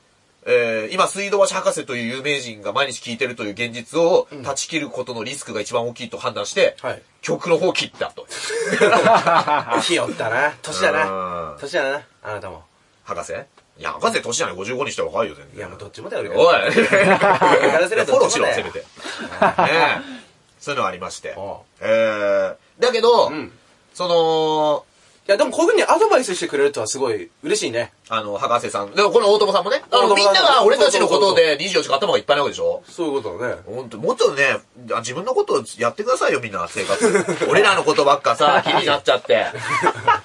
Speaker 1: えー今、水道橋博士という有名人が毎日聞いてるという現実を断ち切ることのリスクが一番大きいと判断して、
Speaker 2: はい
Speaker 1: 曲の方を切ったと。
Speaker 2: ひよったな。年だ
Speaker 1: うん
Speaker 2: な。年だな。あなたも。
Speaker 1: 博士いや、博士年じゃない55にしては若いよ、全然。
Speaker 2: いや、もうどっちもだよ、俺
Speaker 1: おいフ
Speaker 2: らせれば
Speaker 1: ォローしろ、
Speaker 2: どっちもだ
Speaker 1: せ
Speaker 2: よ
Speaker 1: めて。ねえそういうのありまして
Speaker 2: ああ。
Speaker 1: えー、だけど、
Speaker 2: ん
Speaker 1: その、
Speaker 2: いや、でもこういう風にアドバイスしてくれるとはすごい嬉しいね。
Speaker 1: あの、博士さん、でもこの大友さんもね、あの、
Speaker 2: 大友
Speaker 1: み
Speaker 2: さ
Speaker 1: ん
Speaker 2: ん
Speaker 1: なが俺たちのこと
Speaker 2: そうそう
Speaker 1: で24時間頭がいっぱいなわけでしょ
Speaker 2: そういうことだね。
Speaker 1: 本当もっとね、あ自分のことをやってくださいよ、みんな、生 活。俺らのことばっかさ、気になっちゃ って。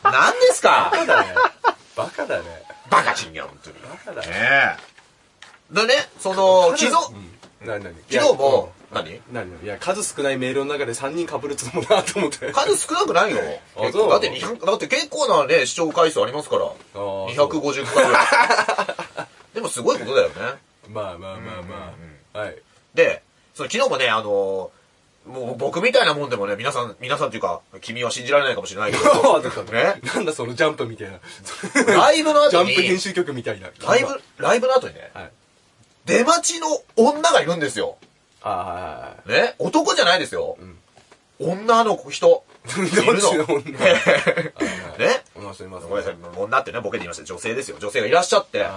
Speaker 1: 何ですか
Speaker 2: バカだね。バカだね。
Speaker 1: バカチンが、本当に。ね
Speaker 2: バカだね。
Speaker 1: え。だね、その、既存、
Speaker 2: うん。なになに
Speaker 1: 昨日も、何
Speaker 2: 何いや、数少ないメールの中で3人被るっつうのもなと思 って。
Speaker 1: 数少なくないよ。
Speaker 2: あ
Speaker 1: 結
Speaker 2: そ
Speaker 1: 構
Speaker 2: う
Speaker 1: だって200、だって結構なね、視聴回数ありますから。
Speaker 2: そう
Speaker 1: 250回 ぐらい。でもすごいことだよね。
Speaker 2: まあまあまあまあ。はい。
Speaker 1: で、その昨日もね、あのーもう僕みたいなもんでもね、皆さん、皆さんというか、君は信じられないかもしれないけ
Speaker 2: ああ、だ
Speaker 1: ど
Speaker 2: か、ら
Speaker 1: ね、
Speaker 2: なんだ そのジャンプみたいな。
Speaker 1: ライブの
Speaker 2: ジャ
Speaker 1: 後
Speaker 2: ンプ編
Speaker 1: に、
Speaker 2: 集局みたいな。
Speaker 1: ライブ、ライブの後にね、
Speaker 2: はい。
Speaker 1: 出待ちの女がいるんですよ。
Speaker 2: ああ、はいはい。
Speaker 1: ね、男じゃないですよ。女の 人。いるの
Speaker 2: どっちの女
Speaker 1: ね
Speaker 2: は い
Speaker 1: ね
Speaker 2: おなすみません。
Speaker 1: ごめんなさい、女ってね、ボケて言いました。女性ですよ。女性がいらっしゃって。
Speaker 2: あ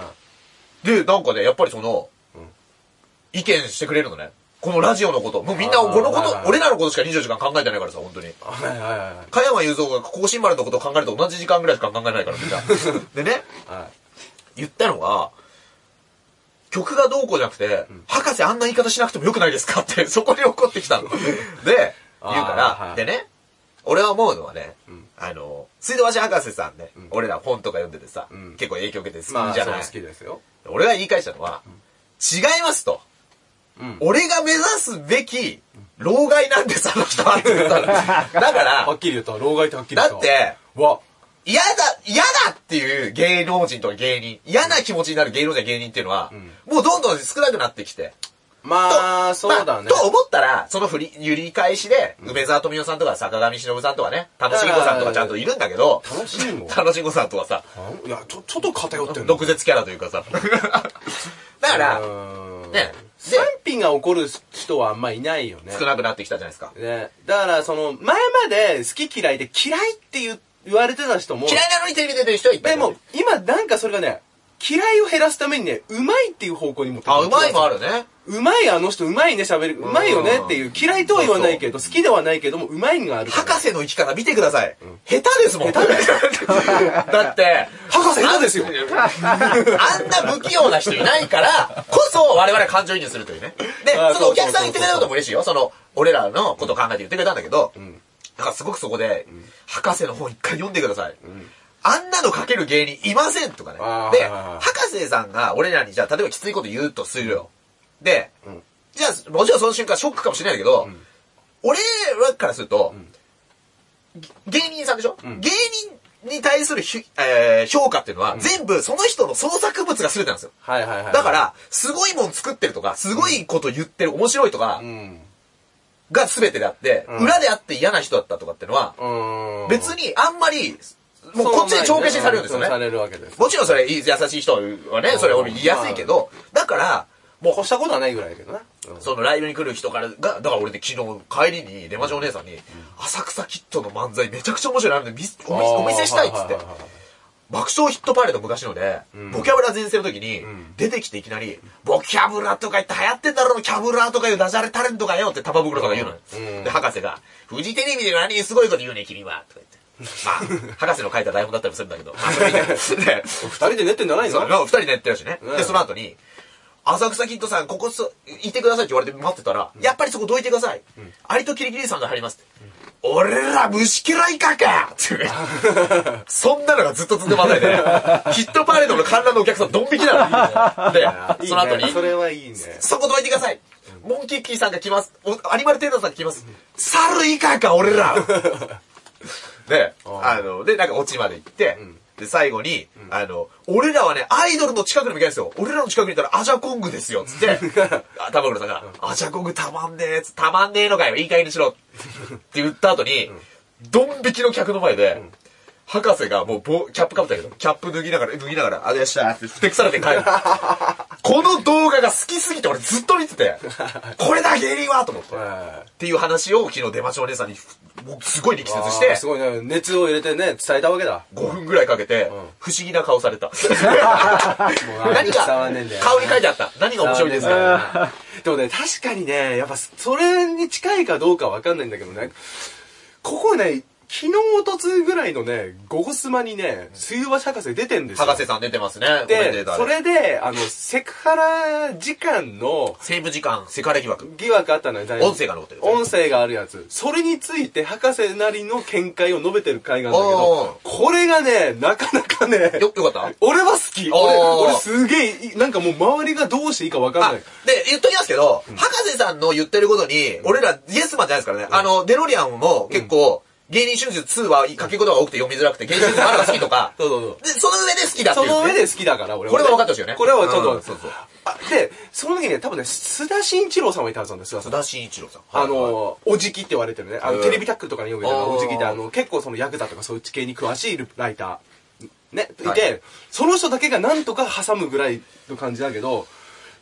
Speaker 1: で、なんかね、やっぱりその、
Speaker 2: ん
Speaker 1: 意見してくれるのね。このラジオのこと。もうみんな、このこ
Speaker 2: はいはい
Speaker 1: と
Speaker 2: は、い
Speaker 1: 俺らのことしか24時間考えてないからさ、本当に。
Speaker 2: あはいはいはいはい。
Speaker 1: 加山雄三が更新丸のことを考えると同じ時間ぐらいしか考えないから、みん な。でね、
Speaker 2: は
Speaker 1: 言ったのが、曲がどうこうじゃなくて、博士あんな言い方しなくてもよくないですかって、 そこに怒ってき たの。で、
Speaker 2: あー
Speaker 1: 言うか
Speaker 2: は
Speaker 1: ら、
Speaker 2: い
Speaker 1: でね、俺は思うのはね、あの、水道橋博士さんね、俺ら本とか読んでてさ、
Speaker 2: ん
Speaker 1: 結構影響受けて
Speaker 2: い。
Speaker 1: 好
Speaker 2: ま
Speaker 1: き
Speaker 2: あ、
Speaker 1: じ
Speaker 2: そ
Speaker 1: ゃ
Speaker 2: う
Speaker 1: ない
Speaker 2: 好。きですよ。
Speaker 1: 俺が言い返したのは、違いますと。
Speaker 2: うん
Speaker 1: 俺が目指すべき、老 害なんです、あの人はって言ったのだか
Speaker 2: は
Speaker 1: ら
Speaker 2: っ、きり言った。老害ってはっきり言った。
Speaker 1: だって、
Speaker 2: わ、
Speaker 1: 嫌だ、嫌だっていう芸能人とか芸人、嫌な気持ちになる芸能人や芸人っていうのは、もうどんどん少なくなってきて、
Speaker 2: まあ、そうだね。
Speaker 1: まあと思ったら、その振り、揺り返しで、梅沢富美男さんとか坂上忍さんとかね、楽しんごさんとかちゃんといるんだけど、
Speaker 2: 楽しいの
Speaker 1: 楽しんごさんとかさ、
Speaker 2: あいや、ちょ、ちょっと偏ってる
Speaker 1: 毒舌キャラという かさ。だから、ね、
Speaker 2: 賛否が起こる人はあんまいないよね。
Speaker 1: 少なくなってきたじゃないですか。
Speaker 2: ね。だから、その、前まで好き嫌いで嫌いって言う言われてた人も、
Speaker 1: 嫌いなのにテレビ出てる人はいっぱい
Speaker 2: で
Speaker 1: いる。
Speaker 2: も、今なんかそれがね、嫌いを減らすためにね、うまいっていう方向にも
Speaker 1: あ、うまいもあるね。
Speaker 2: うまいあの人うまいね喋る。うまいよねっていう。嫌いとは言わないけど、好きではないけども、うまいがあるから。
Speaker 1: 博士の生き方見てください。下手ですもん。
Speaker 2: 下手だ
Speaker 1: だって、
Speaker 2: 博士下手ですよ
Speaker 1: あんな不器用な人いないから、こそ我々感情移入するというね。で
Speaker 2: あ、ー
Speaker 1: そのお客さんが言
Speaker 2: そうそうそうそう
Speaker 1: ってくれたことも嬉しいよ。その、俺らのことを考えて言ってくれたんだけど、なんかすごくそこで、博士の本一回読んでください。あんなの書ける芸人いませんとかね
Speaker 2: あ。ー
Speaker 1: で、
Speaker 2: はいはいはい
Speaker 1: 博士さんが俺らにじゃあ例えばきついこと言うとするよ。で、じゃあもちろんその瞬間ショックかもしれないんだけど、俺らからすると、芸人さんでしょ、芸人に対するひゅ、えー評価っていうのは、全部その人の創作物が全てなんですよ。
Speaker 2: はいはいはい。
Speaker 1: だか、ら、すごいもん作ってるとか、すごいこと言ってる、面白いとか
Speaker 2: う、ん。
Speaker 1: が全てであって、
Speaker 2: ん
Speaker 1: 裏であって嫌な人だったとかっていうのは
Speaker 2: う、ーん。
Speaker 1: 別にあんまり、もうこっちで帳消しにされるんですよ
Speaker 2: そうさ
Speaker 1: ね。
Speaker 2: れるわけです。
Speaker 1: もちろんそれ、いい優しい人はね、それを言いやすいけど、だから、もう
Speaker 2: 越したことはないぐらいだけどな。
Speaker 1: そのライブに来る人からが、だから俺ね、昨日帰りに、レマジお姉さんに、浅草キッドの漫才めちゃくちゃ面白いなので、みお見せお見せしたいっつって
Speaker 2: あーはいはいはいはい、
Speaker 1: 爆笑ヒットパレード昔ので、ボキャブラ全盛の時に、出てきていきなり、ボキャブラとか言って流行ってんだろ、キャブラとかいうダジャレタレントがよってタバ袋とか言うのよ
Speaker 2: うん。
Speaker 1: で、博士が、フジテレビで何すごいこと言うね、君は、とか言って。まあ、博士の書いた台本だったりもするんだけど、まあそれでで
Speaker 2: 二人で寝てんじゃないの
Speaker 1: そう、二人でやってるしね。
Speaker 2: ね
Speaker 1: で、その後に、浅草キッドさん、ここそ、いてくださいって言われて待ってたら、やっぱりそこどいてください。アリとキリキリさんが入りますって。俺ら虫嫌いかかって 言うそんなのがずっと続くまでで、ヒットパレードの観覧のお客さんドン引きなの。で、その後に
Speaker 2: いいね、それはいいね。
Speaker 1: そこどいてください。モンキーキーさんが来ます。おアニマルテーターさんが来ます。猿以下か、俺 ら。で、あの、で、なんかオチまで行って、で、最後に、あの、俺らはね、アイドルの近くにも行けないんですよ。俺らの近くにいたらアジャコングですよ、つ って、あタバコロさんが、アジャコングたまんねえ、つたまんねえのかよ、いい加減にしろ。って言った後に、ドン引きの客の前で、博士がもう棒、キャップかぶったけど、キャップ脱ぎながら、脱ぎながら、あれしたって、ふてくされて帰 る。この動画が好きすぎて俺ずっと見てて、これだ芸人はと思って。っ
Speaker 2: は
Speaker 1: ていう話を昨日出町お姉さんに、もうすごい力
Speaker 2: い。
Speaker 1: 説し
Speaker 2: あー
Speaker 1: て
Speaker 2: す、ごいね。熱を入れてね、伝えたわけだ。
Speaker 1: 5分ぐらいかけて、不思議な顔さ れた。何が、
Speaker 2: 伝わ
Speaker 1: 顔
Speaker 2: んねえん
Speaker 1: に
Speaker 2: だよ
Speaker 1: 書いてあった。何が面白いですか
Speaker 2: でもね、確かにね、やっぱ、それに近いかどうかわかんないんだけどね、ここね、昨日、おとつぐらいのね、ゴゴスマにね、水曜橋博士出てんですよ。
Speaker 1: 博士さん出てますね。コメンテ
Speaker 2: で
Speaker 1: ータ、ー
Speaker 2: そ
Speaker 1: で。
Speaker 2: れで、あの、セクハラ時間の
Speaker 1: セーブ時間、セカレ疑惑。
Speaker 2: 疑惑あったのよ、大
Speaker 1: 音声が残ってる
Speaker 2: 音声があるやつ。それについて、博士なりの見解を述べてる回なんだけ
Speaker 1: おー
Speaker 2: ど、これがね、なかなかね、
Speaker 1: よ、よかった
Speaker 2: 俺は好き。俺、
Speaker 1: おー
Speaker 2: 俺すげえいい、なんかもう周りがどうしていいかわかん
Speaker 1: あ、
Speaker 2: ない、
Speaker 1: で。、言っときますけど、博士さんの言ってることに、俺らイエスマンじゃないですからね。あの、デロリアンも結構、芸人春秋2は書き言葉が多くて読みづらくて、芸人春秋まだ好きとか
Speaker 2: そうそうそう
Speaker 1: で、その上で好きだってい、
Speaker 2: そうの上で好きだから、俺は。
Speaker 1: これは分かってほしいよね
Speaker 2: これはちょっと。
Speaker 1: うんそうそう
Speaker 2: あで、その時ね、多分ね、須田慎一郎さんもいたはずなんです、須田
Speaker 1: 須
Speaker 2: さん。
Speaker 1: 田慎一郎さん。
Speaker 2: あの、おじきって言われてるね。あ
Speaker 1: う
Speaker 2: の、
Speaker 1: ん
Speaker 2: テレビタックルとかによく言うけど
Speaker 1: あー
Speaker 2: おじきってあの、結構そのヤクザとかそういう地形に詳しいライター。ね、いて、
Speaker 1: はい
Speaker 2: その人だけがなんとか挟むぐらいの感じだけど、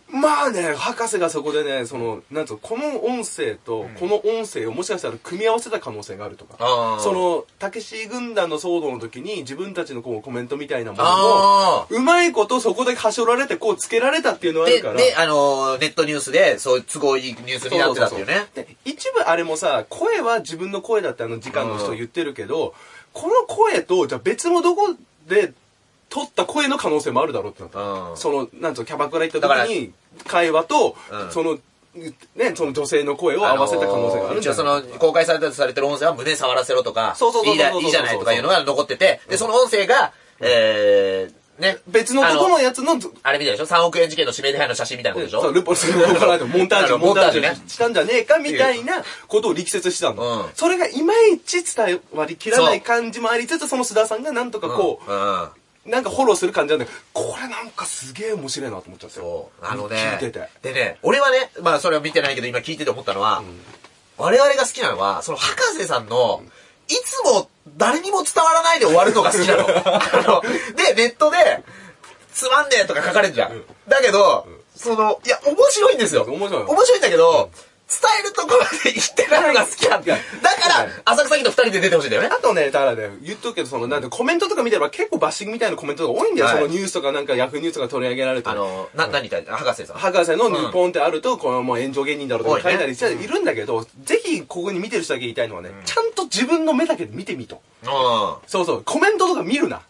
Speaker 2: まあね、博士がそこでね、その、なんつうの、この音声と、この音声をもしかしたら組み合わせた可能性があるとか
Speaker 1: あ、ー
Speaker 2: その、たけし軍団の騒動の時に自分たちのこうコメントみたいなものを
Speaker 1: あ、
Speaker 2: うまいことそこではしょられてこうつけられたっていうのはあ
Speaker 1: で、
Speaker 2: るから。
Speaker 1: で、あのー、ネットニュースで、そういう都合いいニュースになってたっていうね。
Speaker 2: で一部あれもさ声は自分の声だってあの時間の人言ってるけど、この声とじゃあ別のどこで撮った声の可能性もあるだろうってなった、
Speaker 1: うん
Speaker 2: そのなんつうのキャバクラ行っ
Speaker 1: だから
Speaker 2: た時に会話と、
Speaker 1: うん
Speaker 2: そのねその女性の声を合わせた可能性があるんじゃ
Speaker 1: 一応
Speaker 2: な
Speaker 1: そ
Speaker 2: い、
Speaker 1: の、公開されたとされてる音声は胸触らせろとか、
Speaker 2: そうそうそうそう
Speaker 1: いいだいいじゃないとかいうのが残ってて、で、その音声が、えーね。
Speaker 2: 別のことのやつの、
Speaker 1: あれみたいでしょ ?3 億円事件の指名手配の写真みたいなことでしょ
Speaker 2: そうルポルスのモンタージュ、モンタージュしたんじゃねえかみたいなことを力説してた
Speaker 1: うん
Speaker 2: の。それがいまいち伝わりきらない感じもありつつ、その須田さんがなんとかこ
Speaker 1: うん。うん
Speaker 2: う、なんかフォローする感じなんだけど、これなんかすげえ面白いなと思っちゃったよ
Speaker 1: そ。う。あのね。
Speaker 2: 聞いてて。
Speaker 1: でね、俺はね、まあそれを見てないけど今聞いてて思ったのは、我々が好きなのは、その博士さんの、いつも誰にも伝わらないで終わるのが好きな の。あの、で、ネットで、つまんねえとか書かれるじゃん。だけど、その、いや、面白いんですよ。
Speaker 2: 面白い
Speaker 1: 面白いんだけど、伝えるところで言ってないのが好きなんだ。だから、浅草キと二人で出てほしいんだよね。
Speaker 2: あとね、だからね、言っとくけど、その、なんて、コメントとか見てれば結構バッシングみたいなコメントが多いんだよ。
Speaker 1: はい
Speaker 2: そのニュースとかなんかヤフーニュースとか取り上げられて。
Speaker 1: あの、な、何に対して、博士さん。
Speaker 2: 博士の日本ってあると、このもう炎上芸人だろうとか書いたりして
Speaker 1: 多いね
Speaker 2: いるんだけど、ぜひここに見てる人だけ言いたいのはね、ちゃんと自分の目だけで見てみと。
Speaker 1: うん。
Speaker 2: そうそう、コメントとか見るな。
Speaker 1: っ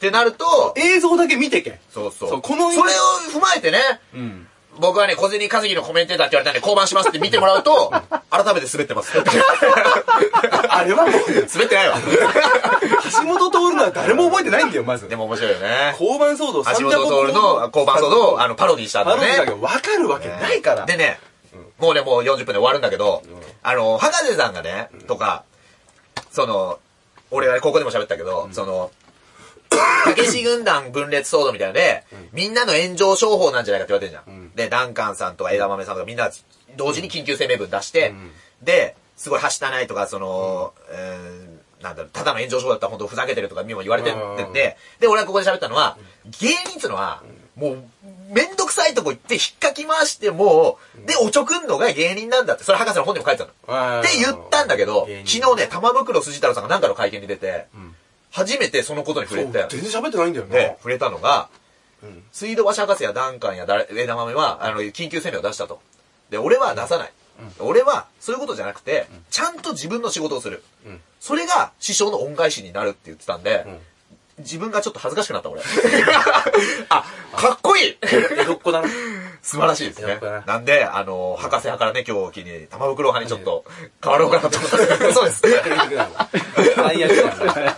Speaker 1: てなると、
Speaker 2: 映像だけ見てけ。
Speaker 1: そうそう。
Speaker 2: そうこの
Speaker 1: それを踏まえてね、
Speaker 2: うん。
Speaker 1: 僕はね、小銭稼ぎのコメンテーターって言われたんで、降板しますって見てもらうと、改めて滑って ます。
Speaker 2: あれはもう、
Speaker 1: 滑ってないわ。
Speaker 2: 橋本徹のは誰も覚えてないんだよ、まず
Speaker 1: で。も面白いよ ね。
Speaker 2: 交番騒
Speaker 1: 橋
Speaker 2: 動、
Speaker 1: 本徹の交番騒動をあのパロディしたんだ
Speaker 2: あ
Speaker 1: よ
Speaker 2: るんだけ
Speaker 1: ね。
Speaker 2: ど、わかるわけないから。
Speaker 1: でね、もうね、もう40分で終わるんだけど、あの、博士さんがね、とか、その、俺はここでも喋ったけど、その、たけし軍団分裂騒動みたいなので、みんなの炎上商法なんじゃないかって言われてるじゃん。で、ダンカンさんとか枝豆さんとかみんな同時に緊急声明文出して、で、すごいはしたないとか、その、えーなんだろう、ただの炎上商法だったら本当ふざけてるとかみんな言われてるんで、で、俺はここで喋ったのは、芸人っていうのは、もう、めんどくさいとこ行って引っかき回してもう、で、おちょくんのが芸人なんだって、それ博士の本にも書いてたの。
Speaker 2: っ
Speaker 1: って言ったんだけど、
Speaker 2: 芸人
Speaker 1: 昨日ね、玉袋筋太郎さんが何かの会見に出て、
Speaker 2: ん
Speaker 1: 初めてそのことに触れ
Speaker 2: 全
Speaker 1: て
Speaker 2: 然、喋ってないんだよ
Speaker 1: で
Speaker 2: ね、。
Speaker 1: 触れたのが、
Speaker 2: ん
Speaker 1: 水道橋博士やダンカンやだ枝豆は、あの、緊急声明を出したと。で、俺は出さない。俺は、そういうことじゃなくて、ちゃんと自分の仕事をする。
Speaker 2: ん
Speaker 1: それが、師匠の恩返しになるって言ってたんで、自分がちょっと恥ずかしくなった、 俺。あ、かっこいい
Speaker 2: 江戸っ子だな。
Speaker 1: 素晴らしいです
Speaker 2: や
Speaker 1: ね
Speaker 2: っぱな。
Speaker 1: なんで、あの、博士派からね、今日を機に、玉袋派にちょっと変わろうかなと思って。 そうです。
Speaker 2: 最悪だな。最悪だよ。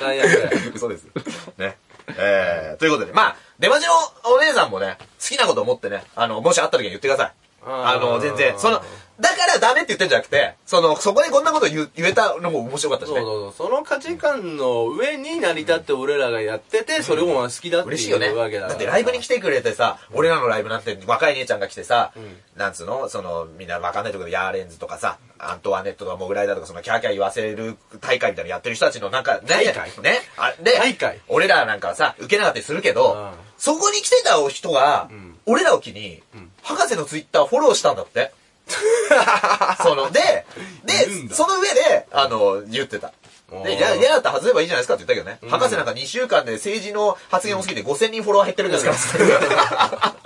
Speaker 1: 嘘です。ね。えー、ということで、まあ、出待ちのお姉さんもね、好きなこと思ってね、あの、もしあった時に言ってください。あ
Speaker 2: あー
Speaker 1: の、全然、その、だからダメって言ってんじゃなくて、その、そこでこんなこと言う言えたのも面白かったし
Speaker 2: そう
Speaker 1: ね。
Speaker 2: そうそう。その価値観の上に成り立って俺らがやってて、それも好きだって
Speaker 1: 嬉しいよね。
Speaker 2: いうわけだから。
Speaker 1: だってライブに来てくれてさ、俺らのライブなんて若い姉ちゃんが来てさ、なんつうのその、みんなわかんないところでヤーレンズとかさ、アントワネットとかモグライダーとかそのキャーキャー言わせる大会みたいなのやってる人たちのなんかね、
Speaker 2: 大会
Speaker 1: ね、あで
Speaker 2: 大会
Speaker 1: 俺らなんかはさ、受けなかったりするけど、
Speaker 2: うん
Speaker 1: そこに来てた人が、
Speaker 2: ん
Speaker 1: 俺らを機に、博士のツイッターをフォローしたんだ って。その、で、
Speaker 2: いるん
Speaker 1: で、
Speaker 2: だ
Speaker 1: その上で、あの、言ってた。で、
Speaker 2: うん
Speaker 1: いや、嫌だったら外ればいいじゃないですかって言ったけどね。博士なんか2週間で政治の発言を好きで5000人フォロワー減ってるんですか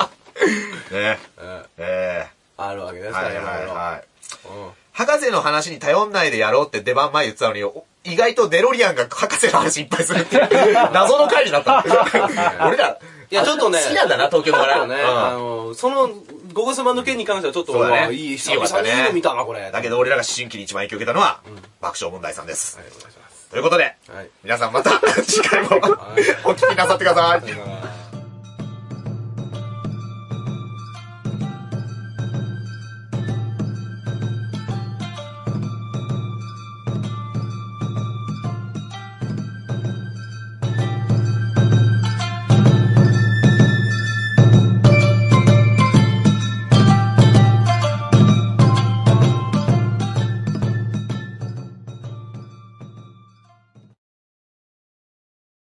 Speaker 1: ら。 ね
Speaker 2: うん
Speaker 1: え
Speaker 2: あるわけ
Speaker 1: え
Speaker 2: です
Speaker 1: は
Speaker 2: から、
Speaker 1: いはいはい。
Speaker 2: いうん
Speaker 1: 博士の話に頼んないでやろうって出番前言ってたのに、お意外とデロリアンが博士の話いっぱいするっていう、 謎の回になった。 俺ら、
Speaker 2: いや、ちょっとね。
Speaker 1: 好きなんだな、東京の
Speaker 2: ちょっ
Speaker 1: 笑
Speaker 2: と
Speaker 1: い
Speaker 2: ね、
Speaker 1: うん
Speaker 2: あの、その、ゴゴスマの件に関してはちょっと、
Speaker 1: そうだね
Speaker 2: まあいい、久
Speaker 1: よかった
Speaker 2: 々
Speaker 1: ね
Speaker 2: にいいの見たな、これ。
Speaker 1: だけ
Speaker 2: ど。
Speaker 1: ど俺らが思春期に一番影響を受けたのは、爆笑問題さんです。
Speaker 2: お願いします。
Speaker 1: ということで、
Speaker 2: はい
Speaker 1: 皆さんまた次回も
Speaker 2: い
Speaker 1: お聞きなさってください。
Speaker 2: さよなら